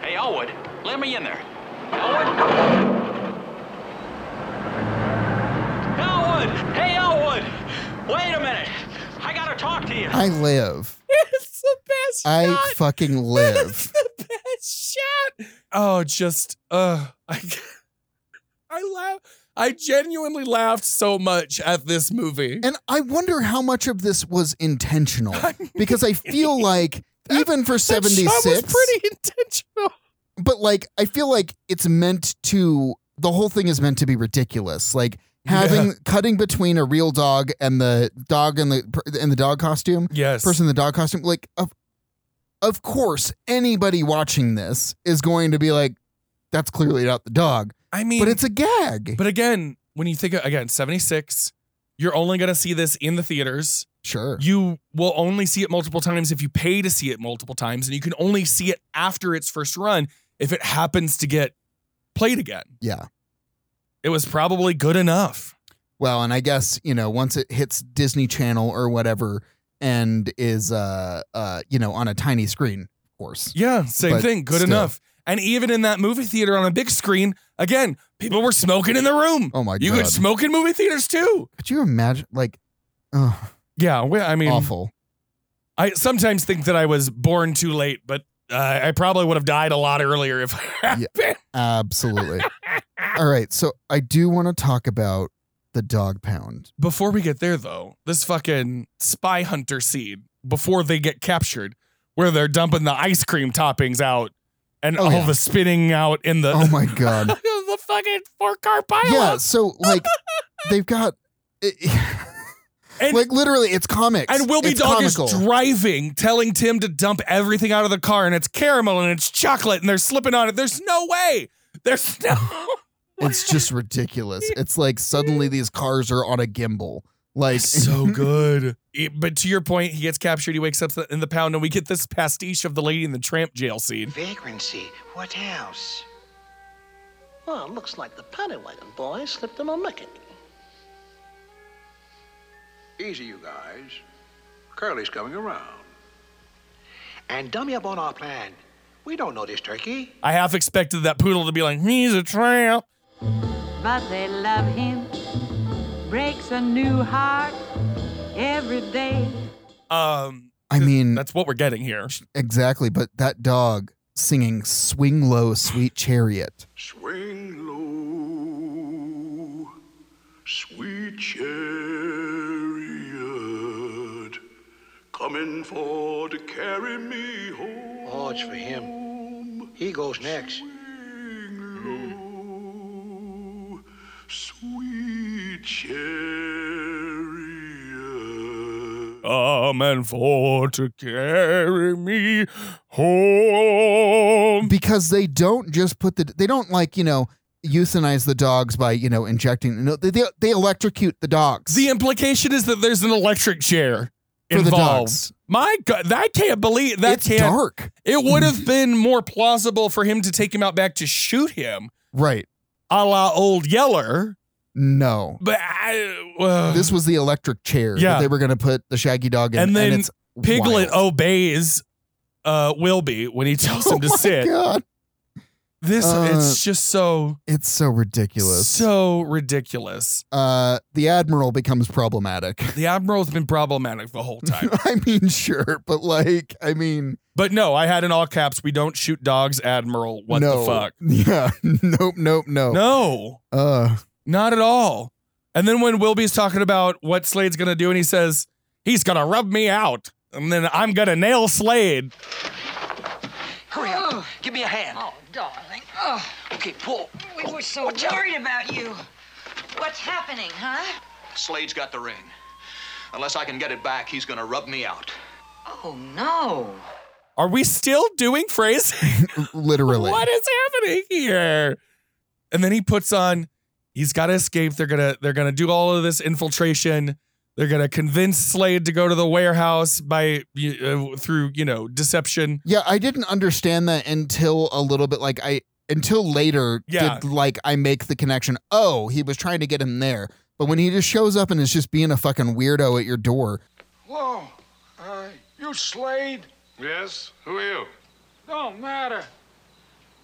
Speaker 16: Hey, Elwood, let me in there. Elwood? Elwood! Hey, Elwood! Wait a minute! I gotta talk to you.
Speaker 2: I live.
Speaker 1: It's the best
Speaker 2: I
Speaker 1: shot.
Speaker 2: fucking live.
Speaker 1: the best shot. Oh, just uh, I, I laugh. I genuinely laughed so much at this movie.
Speaker 2: And I wonder how much of this was intentional because I feel like even for
Speaker 1: That shot
Speaker 2: 76
Speaker 1: was pretty intentional.
Speaker 2: but like I feel like it's meant to the whole thing is meant to be ridiculous. Like having
Speaker 1: Yeah.
Speaker 2: cutting between a real dog and the dog in the in the dog costume.
Speaker 1: Yes.
Speaker 2: Person in the dog costume like of of course anybody watching this is going to be like that's clearly not the dog.
Speaker 1: I mean,
Speaker 2: But it's a gag.
Speaker 1: But again, when you think of, again, 76, you're only going to see this in the theaters.
Speaker 2: Sure.
Speaker 1: You will only see it multiple times if you pay to see it multiple times, and you can only see it after its first run if it happens to get played again.
Speaker 2: Yeah.
Speaker 1: It was probably good enough.
Speaker 2: Well, and I guess, you know, once it hits Disney Channel or whatever and is uh uh you know on a tiny screen, of course.
Speaker 1: Yeah, same
Speaker 2: But
Speaker 1: thing. Good
Speaker 2: still.
Speaker 1: enough. And even in that movie theater on a big screen, again, people were smoking in the room.
Speaker 2: Oh my
Speaker 1: You could
Speaker 2: God.
Speaker 1: smoke in movie theaters too.
Speaker 2: Could you imagine like oh
Speaker 1: Yeah, we- I mean,
Speaker 2: awful.
Speaker 1: I sometimes think that I was born too late, but uh, I probably would have died a lot earlier if I had been.
Speaker 2: Absolutely. All right. So I do want to talk about the dog pound.
Speaker 1: Before we get there, though, this fucking spy hunter scene before they get captured, where they're dumping the ice cream toppings out and
Speaker 2: Oh,
Speaker 1: all
Speaker 2: yeah.
Speaker 1: the spitting out in the
Speaker 2: Oh my God.
Speaker 1: the fucking four car pileup.
Speaker 2: yeah. So like they've got.
Speaker 1: And-
Speaker 2: like literally, it's comics.
Speaker 1: And Wilby
Speaker 2: It's
Speaker 1: Dog
Speaker 2: comical.
Speaker 1: is driving, telling Tim to dump everything out of the car, and it's caramel and it's chocolate, and they're slipping on it. There's no way. There's no.
Speaker 2: It's just ridiculous. It's like suddenly these cars are on a gimbal. Like
Speaker 1: so good. It- but to your point, he gets captured. He wakes up in the pound, and we get this pastiche of the lady in the tramp jail scene.
Speaker 6: Vagrancy. What else?
Speaker 5: Well, it looks like the paddy wagon boy slipped him a micket.
Speaker 9: Easy, you guys. Curly's coming around. And dummy up on our plan. We don't know this turkey.
Speaker 1: I half expected that poodle to be like, he's a tramp.
Speaker 23: but they love him. Breaks a new heart every day.
Speaker 1: Um,
Speaker 2: I mean,
Speaker 1: that's what we're getting here.
Speaker 2: exactly. But that dog singing "Swing Low, Sweet Chariot."
Speaker 9: Swing low, sweet chariot, coming for to carry me home. Oh, it's for him. He goes next. Sweet chariot.
Speaker 1: Come and for to carry me home.
Speaker 2: because they don't just put the they don't like you know euthanize the dogs by you know injecting no they they, they electrocute the dogs
Speaker 1: The implication is that there's an electric chair
Speaker 2: For the
Speaker 1: involved.
Speaker 2: dogs.
Speaker 1: My God, I can't believe that.
Speaker 2: It's
Speaker 1: can't,
Speaker 2: dark.
Speaker 1: It would have been more plausible for him to take him out back to shoot him,
Speaker 2: right
Speaker 1: a la Old Yeller.
Speaker 2: no
Speaker 1: But I, uh,
Speaker 2: this was the electric chair that
Speaker 1: Yeah.
Speaker 2: they were going to put the shaggy dog in
Speaker 1: and then
Speaker 2: it's
Speaker 1: Piglet
Speaker 2: wild.
Speaker 1: obeys uh, Wilby when he tells
Speaker 2: oh
Speaker 1: him to
Speaker 2: my
Speaker 1: sit.
Speaker 2: God.
Speaker 1: This
Speaker 2: Uh,
Speaker 1: it's just so
Speaker 2: it's so ridiculous
Speaker 1: so ridiculous.
Speaker 2: uh the admiral becomes problematic
Speaker 1: The admiral's been problematic the whole time.
Speaker 2: i mean sure but like i mean
Speaker 1: But no, I had in all caps. We don't shoot dogs, Admiral. What
Speaker 2: no Oh.
Speaker 1: the fuck?
Speaker 2: yeah nope nope no
Speaker 1: No.
Speaker 2: uh
Speaker 1: Not at all. And then when Wilby's talking about what Slade's gonna do, and he says, he's gonna rub me out, and then I'm gonna nail Slade.
Speaker 3: Hurry up. Give me a hand. Oh, darling. Oh. Okay, pull. We were so worried about you. What's happening, huh?
Speaker 17: Slade's got the ring. Unless I can get it back, he's gonna rub me out.
Speaker 3: Oh, no.
Speaker 1: Are we still doing phrasing?
Speaker 2: Literally.
Speaker 1: what is happening here? And then he puts on, he's gotta escape. They're gonna, they're gonna do all of this infiltration. They're gonna convince Slade to go to the warehouse by you- uh, through, you know, deception.
Speaker 2: Yeah, I didn't understand that until a little bit like I until later
Speaker 1: Yeah.
Speaker 2: did like I make the connection. Oh, he was trying to get him there. But when he just shows up and is just being a fucking weirdo at your door,
Speaker 14: Whoa, uh, you Slade?
Speaker 7: Yes? Who are you?
Speaker 14: Don't matter.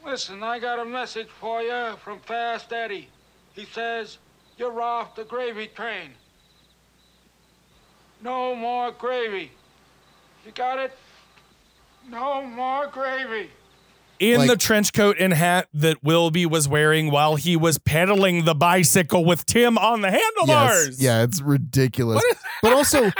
Speaker 14: Listen, I got a message for you from Fast Eddie. He says you're off the gravy train. No more gravy. You got it? No more gravy.
Speaker 1: in the trench coat and hat that Wilby was wearing while he was pedaling the bicycle with Tim on the handlebars.
Speaker 2: Yes. Yeah, it's ridiculous. but also,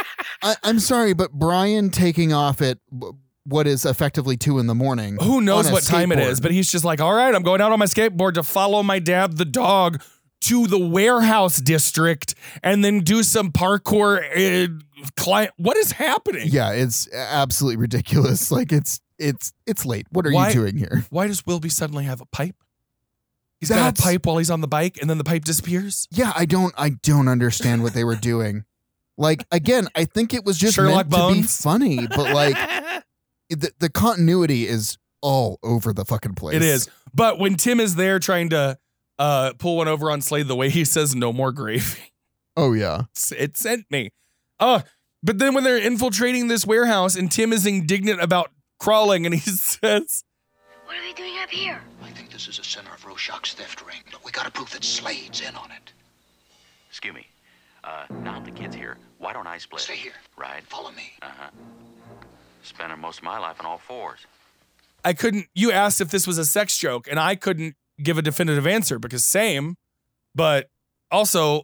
Speaker 2: I, I'm sorry, but Brian taking off at w- what is effectively two in the morning.
Speaker 1: Who knows
Speaker 2: on a
Speaker 1: what time it
Speaker 2: skateboard.
Speaker 1: is, but he's just like, all right, I'm going out on my skateboard to follow my dad, the dog, to the warehouse district and then do some parkour. Uh, client, what is happening?
Speaker 2: yeah, it's absolutely ridiculous. Like it's it's it's late. What are
Speaker 1: Why-
Speaker 2: you doing here?
Speaker 1: Why does Wilby suddenly have a pipe? He's got a
Speaker 2: That's-
Speaker 1: pipe while he's on the bike, and then the pipe disappears.
Speaker 2: Yeah, I don't I don't understand what they were doing. Like again, I think it was just
Speaker 1: Sherlock
Speaker 2: meant to be
Speaker 1: Bones?
Speaker 2: funny, but like the, the continuity is all over the fucking place.
Speaker 1: It is. But when Tim is there trying to uh, pull one over on Slade, the way he says, no more gravy.
Speaker 2: Oh yeah.
Speaker 1: S- it sent me. Oh, but then when they're infiltrating this warehouse and Tim is indignant about crawling and he says,
Speaker 10: What are we doing up here?
Speaker 6: I think this is a center of Rorschach's theft ring, but we gotta prove that Slade's in on it.
Speaker 11: Excuse me. Uh, now the kid's here. Why don't I split? Stay here. Right. Follow me. Uh huh. Spending most of my life on all fours.
Speaker 1: I couldn't, you asked if this was a sex joke and I couldn't give a definitive answer because same, but also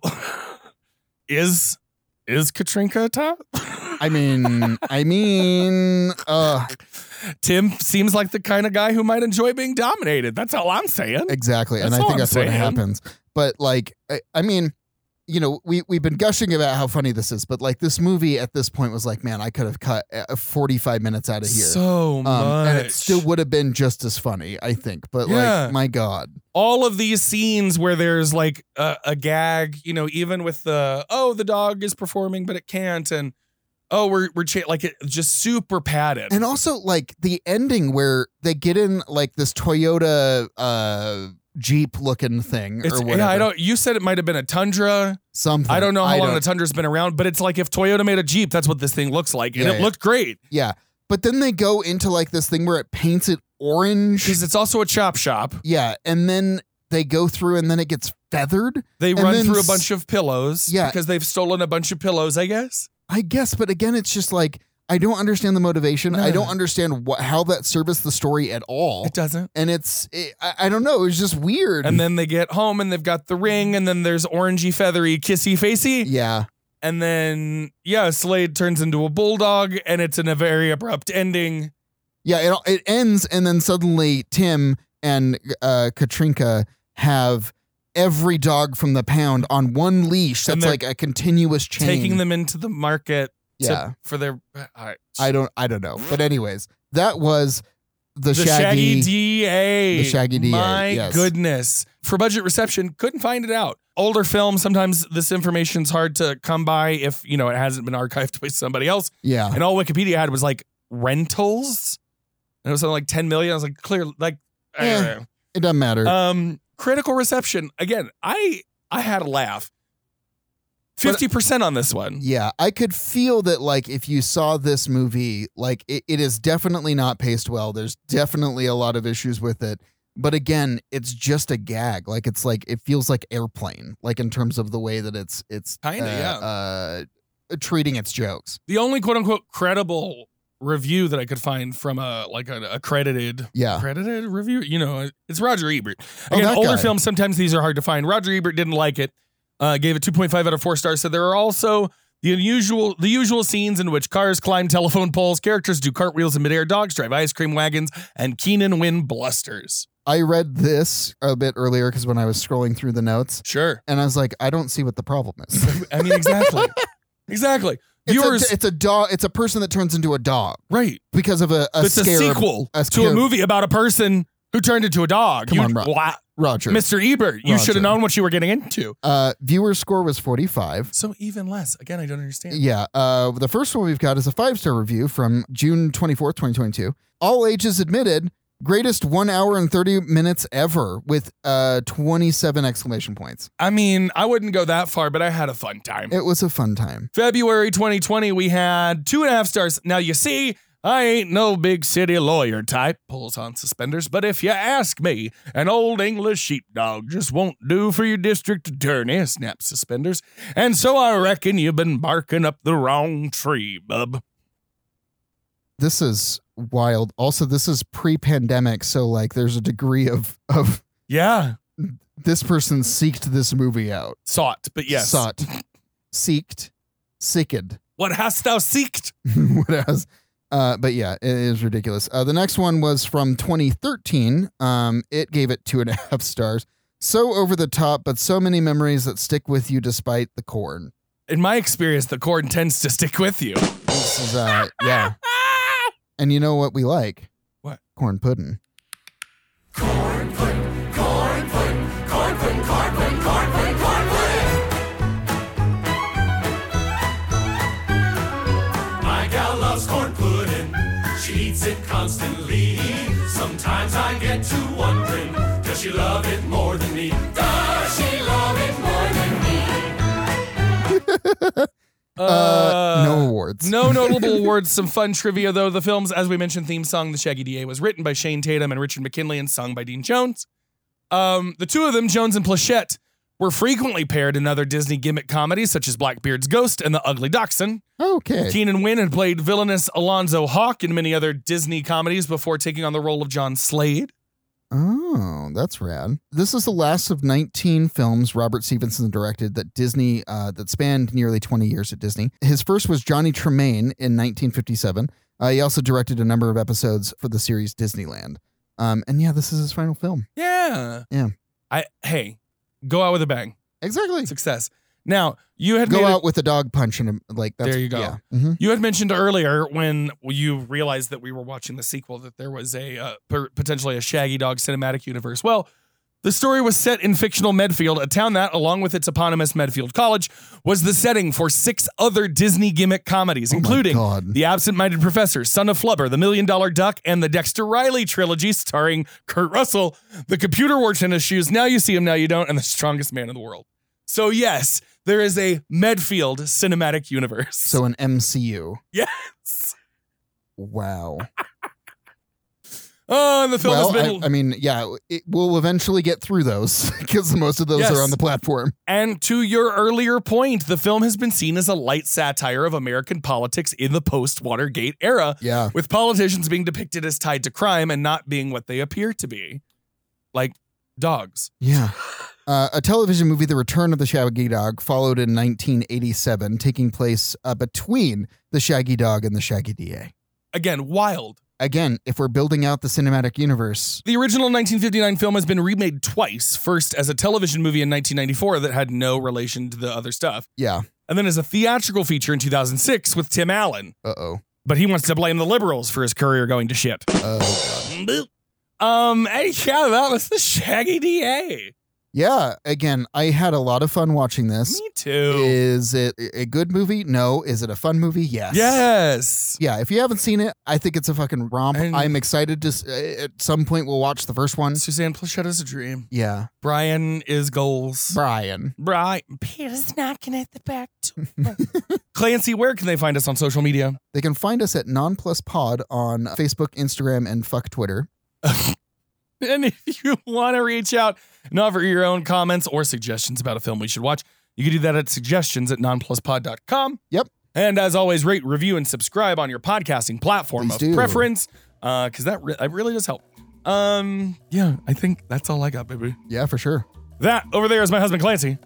Speaker 1: is, is Katrinka a top?
Speaker 2: I mean, I mean, uh,
Speaker 1: Tim seems like the kind of guy who might enjoy being dominated. That's all I'm saying.
Speaker 2: Exactly. and
Speaker 1: That's
Speaker 2: I
Speaker 1: all
Speaker 2: think
Speaker 1: I'm
Speaker 2: that's what
Speaker 1: saying.
Speaker 2: happens. But like I, I mean, you know, we we've been gushing about how funny this is, but like this movie at this point was like, man, I could have cut uh, 45 minutes out of here.
Speaker 1: So
Speaker 2: Um, and it
Speaker 1: much.
Speaker 2: still would have been just as funny, I think. But
Speaker 1: Yeah.
Speaker 2: like, my god.
Speaker 1: all of these scenes where there's like a, a gag, you know, even with the oh the dog is performing but it can't, and oh we're we're cha- like it just super padded.
Speaker 2: And also like the ending where they get in like this Toyota uh Jeep looking thing
Speaker 1: It's-
Speaker 2: or whatever.
Speaker 1: yeah, I don't. You said it might have been a Tundra.
Speaker 2: something.
Speaker 1: I don't know how long
Speaker 2: don't-
Speaker 1: the Tundra's been around, but it's like if Toyota made a Jeep, that's what this thing looks like, and
Speaker 2: Yeah,
Speaker 1: it
Speaker 2: yeah.
Speaker 1: looked great.
Speaker 2: Yeah. But then they go into like this thing where it paints it orange.
Speaker 1: Because it's also a chop shop.
Speaker 2: Yeah, and then they go through, and then it gets feathered.
Speaker 1: They
Speaker 2: And
Speaker 1: run
Speaker 2: then
Speaker 1: through a
Speaker 2: s-
Speaker 1: bunch of pillows.
Speaker 2: Yeah.
Speaker 1: because they've stolen a bunch of pillows, I guess.
Speaker 2: I guess, but again, it's just like I don't understand the motivation. I don't understand what how that serviced the story at all. It
Speaker 1: doesn't,
Speaker 2: and it's it, I, I don't know. It was just weird.
Speaker 1: And then they get home and they've got the ring, and then there's orangey, feathery, kissy, facey.
Speaker 2: yeah,
Speaker 1: And then, yeah, Slade turns into a bulldog, and it's in a very abrupt ending.
Speaker 2: yeah, it it ends, and then suddenly Tim and uh, Katrinka have every dog from the pound on one leash.
Speaker 1: And
Speaker 2: That's
Speaker 1: they're
Speaker 2: like a continuous chain.
Speaker 1: Taking them into the market to-
Speaker 2: Yeah.
Speaker 1: for their. uh, All right.
Speaker 2: I don't I don't know. But anyways, that was the,
Speaker 1: Shaggy, DA.
Speaker 2: the Shaggy DA,
Speaker 1: My
Speaker 2: yes.
Speaker 1: goodness. For budget reception, couldn't find it out. Older films, sometimes this information's hard to come by if, you know, it hasn't been archived by somebody else.
Speaker 2: Yeah.
Speaker 1: And all Wikipedia had was like rentals. And it was something like 10 million. I was like, clear, like, I don't
Speaker 2: Eh,
Speaker 1: know.
Speaker 2: it doesn't matter.
Speaker 1: Um, critical reception. Again, I I had a laugh. Fifty percent on this one.
Speaker 2: yeah, I could feel that like if you saw this movie, like it, it is definitely not paced well. There's definitely a lot of issues with it. But again, it's just a gag. Like it's like it feels like airplane, like in terms of the way that it's it's
Speaker 1: Kinda,
Speaker 2: uh, uh treating its jokes.
Speaker 1: The only quote unquote credible review that I could find from a like an accredited
Speaker 2: Yeah.
Speaker 1: accredited review. You know, it's Roger Ebert.
Speaker 2: Oh,
Speaker 1: Again,
Speaker 2: that
Speaker 1: older
Speaker 2: guy.
Speaker 1: films sometimes these are hard to find. Roger Ebert didn't like it. Uh, gave it 2.5 out of 4 stars. So there are also the unusual the usual scenes in which cars climb telephone poles, characters do cartwheels in midair, dogs drive ice cream wagons, and Keenan win blusters.
Speaker 2: I read this a bit earlier because when I was scrolling through the notes,
Speaker 1: sure,
Speaker 2: and I was like, I don't see what the problem is.
Speaker 1: I mean, exactly, exactly.
Speaker 2: It's
Speaker 1: Viewers-
Speaker 2: a, it's a dog. It's a person that turns into a dog,
Speaker 1: right?
Speaker 2: Because of a, a
Speaker 1: it's a
Speaker 2: scarab-
Speaker 1: sequel to a
Speaker 2: scarab-
Speaker 1: movie about a person who turned into a dog.
Speaker 2: Come
Speaker 1: You-
Speaker 2: on, Ro-
Speaker 1: Wow.
Speaker 2: Roger.
Speaker 1: Mr. Ebert, you
Speaker 2: Roger.
Speaker 1: should have known what you were getting into.
Speaker 2: Uh, viewer score was forty-five.
Speaker 1: So even less. Again, I don't understand.
Speaker 2: Yeah. Uh, the first one we've got is a five star review from June 24th, 2022. All ages admitted. Greatest one hour and 30 minutes ever with uh, 27 exclamation points.
Speaker 1: I mean, I wouldn't go that far, but I had a fun time.
Speaker 2: It was a fun time.
Speaker 1: February 2020, we had two and a half stars. Now, you see, I ain't no big city lawyer type, pulls on suspenders, but if you ask me, an old English sheepdog just won't do for your district attorney, snaps suspenders. And so I reckon you've been barking up the wrong tree, bub.
Speaker 2: This is wild. Also, this is pre pandemic. So, like, there's a degree of, of
Speaker 1: Yeah.
Speaker 2: this person seeked this movie out.
Speaker 1: Sought, but yes.
Speaker 2: Sought. Seeked. Sicked.
Speaker 1: What hast thou seeked?
Speaker 2: what else? Uh, but yeah, it is ridiculous. Uh, the next one was from 2013. Um, it gave it two and a half stars. So over the top, but so many memories that stick with you despite the corn.
Speaker 1: In my experience, the corn tends to stick with you.
Speaker 2: This is uh, yeah. And you know what we like?
Speaker 1: What?
Speaker 2: Corn pudding.
Speaker 4: My gal loves corn pudding. She eats it constantly. Sometimes I get to wondering, does she love it more than me? Does she love it more than me?
Speaker 2: Uh, no awards.
Speaker 1: no notable awards. Some fun trivia, though. The film's, as we mentioned, theme song, The Shaggy DA, was written by Shane Tatum and Richard McKinley and sung by Dean Jones. Um, the two of them, Jones and Plachette, were frequently paired in other Disney gimmick comedies such as Blackbeard's Ghost and The Ugly Dachshund.
Speaker 2: Okay.
Speaker 1: Keenan Wynn had played villainous Alonzo Hawk in many other Disney comedies before taking on the role of John Slade.
Speaker 2: Oh, that's rad. This is the last of 19 films Robert Stevenson directed that Disney uh, that spanned nearly 20 years at Disney. His first was Johnny Tremaine in 1957. Uh, he also directed a number of episodes for the series Disneyland. Um, and yeah, this is his final film.
Speaker 1: Yeah.
Speaker 2: Yeah.
Speaker 1: I hey, go out with a bang.
Speaker 2: Exactly.
Speaker 1: Success. Now you had
Speaker 2: Go
Speaker 1: made a-
Speaker 2: out with a dog punch and a, like that's
Speaker 1: there you go.
Speaker 2: yeah. Mhm.
Speaker 1: You had mentioned earlier when you realized that we were watching the sequel that there was a uh, per- potentially a Shaggy Dog cinematic universe. Well, the story was set in fictional Medfield, a town that, along with its eponymous Medfield College, was the setting for six other Disney gimmick comedies, including
Speaker 2: Oh God.
Speaker 1: The Absent Minded Professor, Son of Flubber, The Million Dollar Duck, and the Dexter Riley trilogy starring Kurt Russell. The computer wore tennis shoes. Now you see him, now you don't, and the strongest man in the world. So, yes, there is a Medfield cinematic universe.
Speaker 2: So an MCU.
Speaker 1: Yes.
Speaker 2: Wow.
Speaker 1: Oh, and the film
Speaker 2: well,
Speaker 1: has been.
Speaker 2: I, I mean, yeah, it, we'll eventually get through those because most of those
Speaker 1: Yes.
Speaker 2: are on the platform.
Speaker 1: and to your earlier point, the film has been seen as a light satire of American politics in the post Watergate era,
Speaker 2: Yeah.
Speaker 1: with politicians being depicted as tied to crime and not being what they appear to be like dogs.
Speaker 2: Yeah. Uh, a television movie, The Return of the Shaggy Dog, followed in 1987, taking place uh, between the Shaggy Dog and the Shaggy DA.
Speaker 1: Again, wild.
Speaker 2: Again, if we're building out the cinematic universe,
Speaker 1: The original 1959 film has been remade twice, first as a television movie in 1994 that had no relation to the other stuff,
Speaker 2: yeah.
Speaker 1: and then as a theatrical feature in 2006 with Tim Allen.
Speaker 2: Uh oh.
Speaker 1: But he wants to blame the liberals for his career going to shit.
Speaker 2: Oh god.
Speaker 1: Boop. Um, hey, yeah, that was the Shaggy DA.
Speaker 2: Yeah. Again, I had a lot of fun watching this.
Speaker 1: Me too.
Speaker 2: Is it a good movie? No. Is it a fun movie? Yes.
Speaker 1: Yes.
Speaker 2: Yeah. If you haven't seen it, I think it's a fucking romp.
Speaker 1: And-
Speaker 2: I'm excited to. s- uh, At some point, we'll watch the first one.
Speaker 1: Suzanne Plachette is a dream.
Speaker 2: Yeah.
Speaker 1: Brian is goals.
Speaker 2: Brian.
Speaker 1: Brian.
Speaker 18: Peter's knocking at the back door.
Speaker 1: Clancy, where can they find us on social media?
Speaker 2: They can find us at Nonplus Pod on Facebook, Instagram, and fuck Twitter.
Speaker 1: And if you want to reach out and offer your own comments or suggestions about a film we should watch, you can do that at suggestions at nonpluspod.com.
Speaker 2: Yep.
Speaker 1: And as always, rate, review, and subscribe on your podcasting platform
Speaker 2: Please
Speaker 1: of
Speaker 2: do.
Speaker 1: preference, because that re- that really does help. Um, yeah, I think that's all I got, baby.
Speaker 2: Yeah, for sure.
Speaker 1: That over there is my husband Clancy.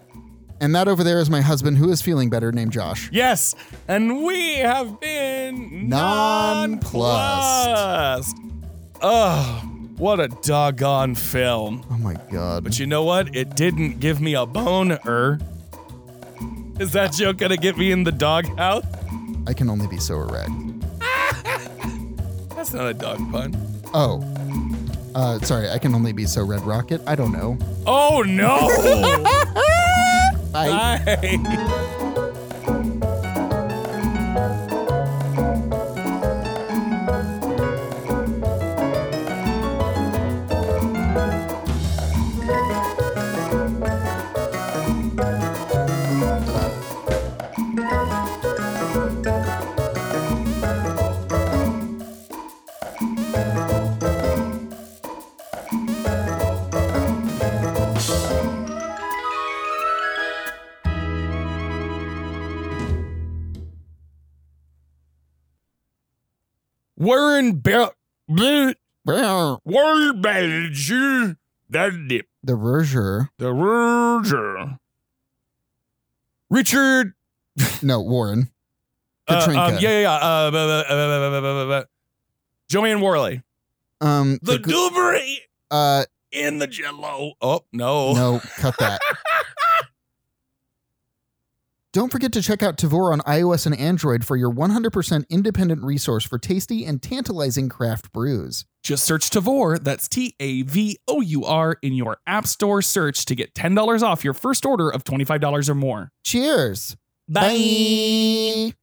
Speaker 2: And that over there is my husband who is feeling better named Josh.
Speaker 1: Yes, and we have been
Speaker 2: Nonplussed.
Speaker 1: nonplussed. Oh, what a doggone film!
Speaker 2: Oh my god.
Speaker 1: But you know what? It didn't give me a boner. Is that joke gonna get me in the doghouse?
Speaker 2: I can only be so erect.
Speaker 1: That's not a dog pun.
Speaker 2: Oh. Uh, sorry, I can only be so Red Rocket. I don't know.
Speaker 1: Oh no!
Speaker 2: Bye.
Speaker 1: Bye. Warren Bell. Warren
Speaker 2: Bell.
Speaker 1: That's it.
Speaker 2: The Verger.
Speaker 1: The Roger. Richard.
Speaker 2: No, Warren.
Speaker 1: Uh, um,
Speaker 2: Katrinka.
Speaker 1: yeah, yeah, yeah. Uh, bu- bu- bu- bu- bu- bu- bu- bu- Joanne Worley.
Speaker 2: Um,
Speaker 1: The
Speaker 2: gr-
Speaker 1: goobery
Speaker 2: Uh,
Speaker 1: in the jello. Oh, no.
Speaker 2: no, cut that. Don't forget to check out Tavor on iOS and Android for your 100% independent resource for tasty and tantalizing craft brews.
Speaker 1: Just search Tavor, that's T A V O U R, in your App Store search to get $10 off your first order of $25 or more.
Speaker 2: Cheers. Bye.